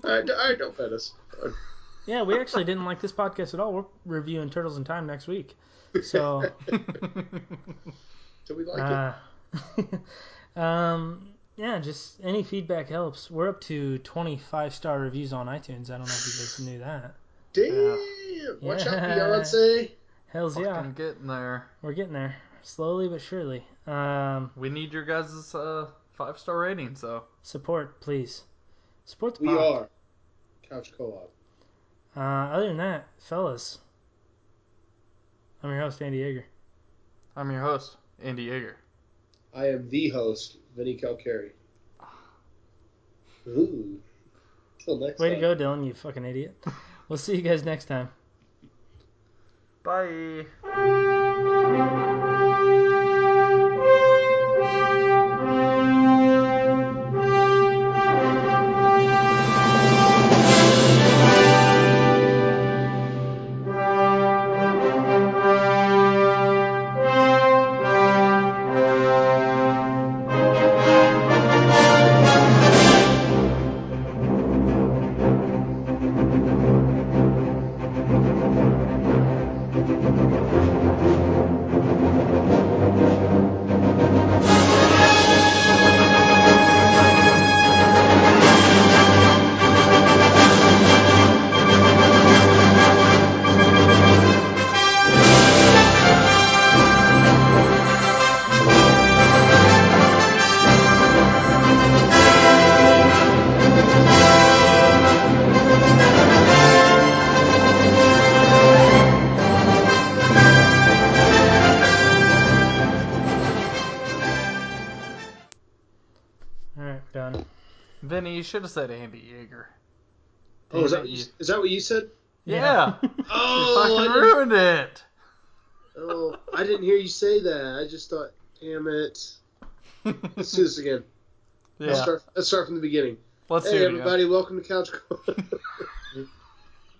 Speaker 3: I, I don't bet us.
Speaker 1: yeah, we actually didn't like this podcast at all. We're reviewing Turtles in Time next week. So
Speaker 3: Do we like
Speaker 1: Uh, um, yeah, just any feedback helps. We're up to 25 star reviews on iTunes. I don't know if you guys knew that.
Speaker 3: it? Damn! Watch out, Beyonce.
Speaker 1: Hells yeah,
Speaker 2: Fucking getting there.
Speaker 1: we're getting there slowly but surely. Um,
Speaker 2: We need your guys' uh, five star rating, so
Speaker 1: support, please. Support the
Speaker 3: We
Speaker 1: pod.
Speaker 3: are Couch Co-op.
Speaker 1: Uh, other than that, fellas, I'm your host Andy Yeager.
Speaker 2: I'm your host, Andy Yeager.
Speaker 3: I am the host, Vinny Calcari. Ooh. Till next
Speaker 1: Way
Speaker 3: time.
Speaker 1: to go, Dylan. You fucking idiot. We'll see you guys next time.
Speaker 2: Bye.
Speaker 1: done.
Speaker 2: Vinny, you should have said Andy Yeager.
Speaker 3: Oh, is that, is that what you said?
Speaker 2: Yeah.
Speaker 3: Oh,
Speaker 2: you
Speaker 3: I
Speaker 2: fucking
Speaker 3: didn't,
Speaker 2: ruined it.
Speaker 3: oh, I didn't hear you say that. I just thought, damn it. Let's do this again.
Speaker 2: yeah.
Speaker 3: Let's, start, let's start from the beginning.
Speaker 2: Let's
Speaker 3: Hey,
Speaker 2: do it. again.
Speaker 3: everybody, welcome to Couch Corner.